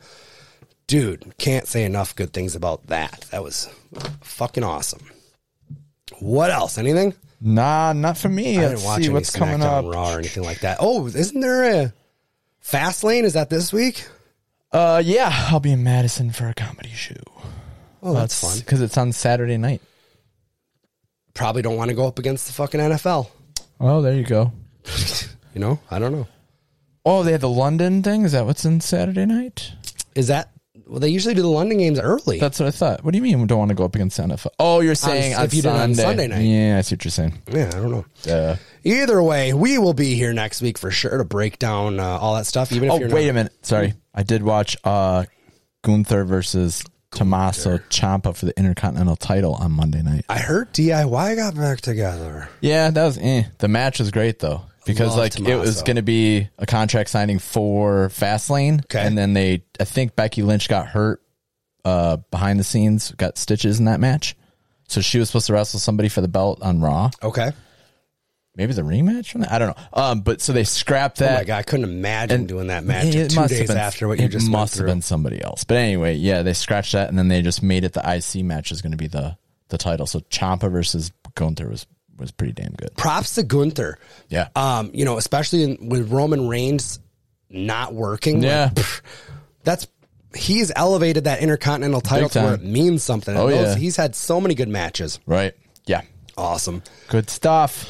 S1: Dude, can't say enough good things about that. That was fucking awesome. What else? Anything?
S2: Nah, not for me.
S1: I
S2: Let's
S1: didn't watch
S2: see
S1: any
S2: what's coming
S1: SmackDown
S2: up.
S1: Raw or anything like that. Oh, isn't there a Fast Lane? Is that this week?
S2: Uh, yeah, I'll be in Madison for a comedy show.
S1: Oh, that's fun.
S2: because it's on Saturday night.
S1: Probably don't want to go up against the fucking NFL.
S2: Oh, there you go.
S1: You know, I don't know.
S2: Oh, they had the London thing. Is that what's in Saturday night?
S1: Is that well? They usually do the London games early.
S2: That's what I thought. What do you mean we don't want to go up against NFL? Oh, you're saying
S1: if
S2: on,
S1: you did it
S2: Sunday.
S1: on Sunday night.
S2: Yeah, I see what you're saying.
S1: yeah, I don't know.
S2: Uh,
S1: Either way, we will be here next week for sure to break down uh, all that stuff. Even if
S2: oh,
S1: you're
S2: wait
S1: not,
S2: a minute. Sorry, I did watch uh, Gunther versus Tommaso Ciampa for the Intercontinental title on Monday night.
S1: I heard DIY got back together.
S2: Yeah, that was eh. the match was great though because
S1: Love
S2: like it was
S1: Tommaso.
S2: going to be a contract signing for Fastlane,
S1: Okay.
S2: and then they I think Becky Lynch got hurt uh, behind the scenes, got stitches in that match, so she was supposed to wrestle somebody for the belt on Raw.
S1: Okay. Oh
S2: Maybe the rematch from that I don't know. Um, but so they scrapped
S1: Oh
S2: that.
S1: my god, I couldn't imagine doing that match two
S2: must have
S1: days
S2: been-
S1: after what you
S2: it
S1: just went
S2: must have
S1: through.
S2: been somebody else. But anyway, yeah, they scratched that and then they just made it the IC match is going to be the the title. So Champa versus Gunther was was pretty damn good.
S1: props to Gunther.
S2: Yeah.
S1: Um, you know, especially in, with Roman Reigns not working. like,
S2: Yeah.
S1: pff, that's he's elevated that Intercontinental title
S2: Big
S1: to where it
S2: time.
S1: means something. And
S2: Oh, yeah.
S1: He's had so many good matches.
S2: Right. Yeah.
S1: Awesome.
S2: Good stuff.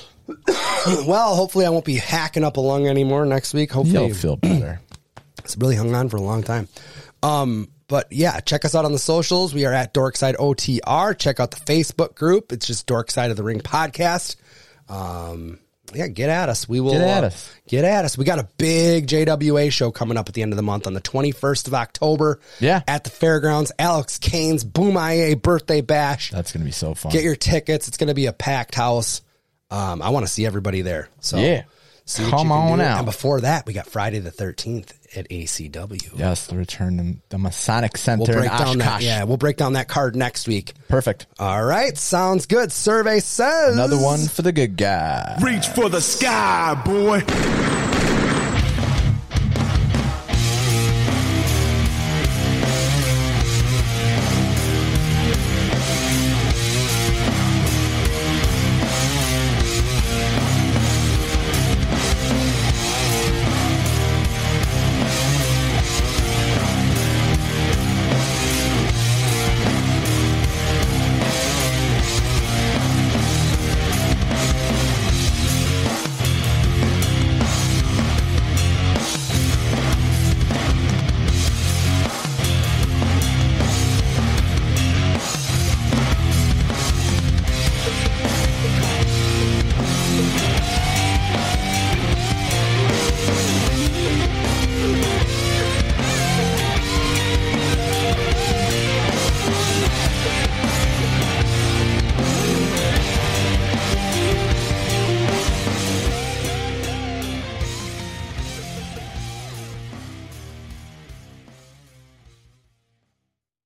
S1: Well, hopefully I won't be hacking up a lung anymore next week. Hopefully,
S2: You'll feel better.
S1: it's really hung on for a long time. Um, but yeah, check us out on the socials. We are at Dorkside OTR. Check out the Facebook group. It's just Dorkside of the Ring podcast. Um, yeah, get at us. We will
S2: Get at
S1: uh,
S2: us.
S1: Get at us. We got a big JWA show coming up at the end of the month on the 21st of October.
S2: Yeah.
S1: At the fairgrounds, Alex Kane's Boom IA birthday bash.
S2: That's gonna be so fun.
S1: Get your tickets. It's going to be a packed house. Um, I want to see everybody there. So
S2: yeah.
S1: see what you
S2: Come
S1: can
S2: on
S1: do.
S2: out.
S1: And before that, we got Friday the 13th at ACW.
S2: Yes, the return to the Masonic Center
S1: We'll break
S2: in
S1: down that.
S2: Oshkosh.
S1: Yeah, we'll break down that card next week.
S2: Perfect.
S1: All right, sounds good. Survey says
S2: Another one for the good guy.
S9: Reach for the sky, boy.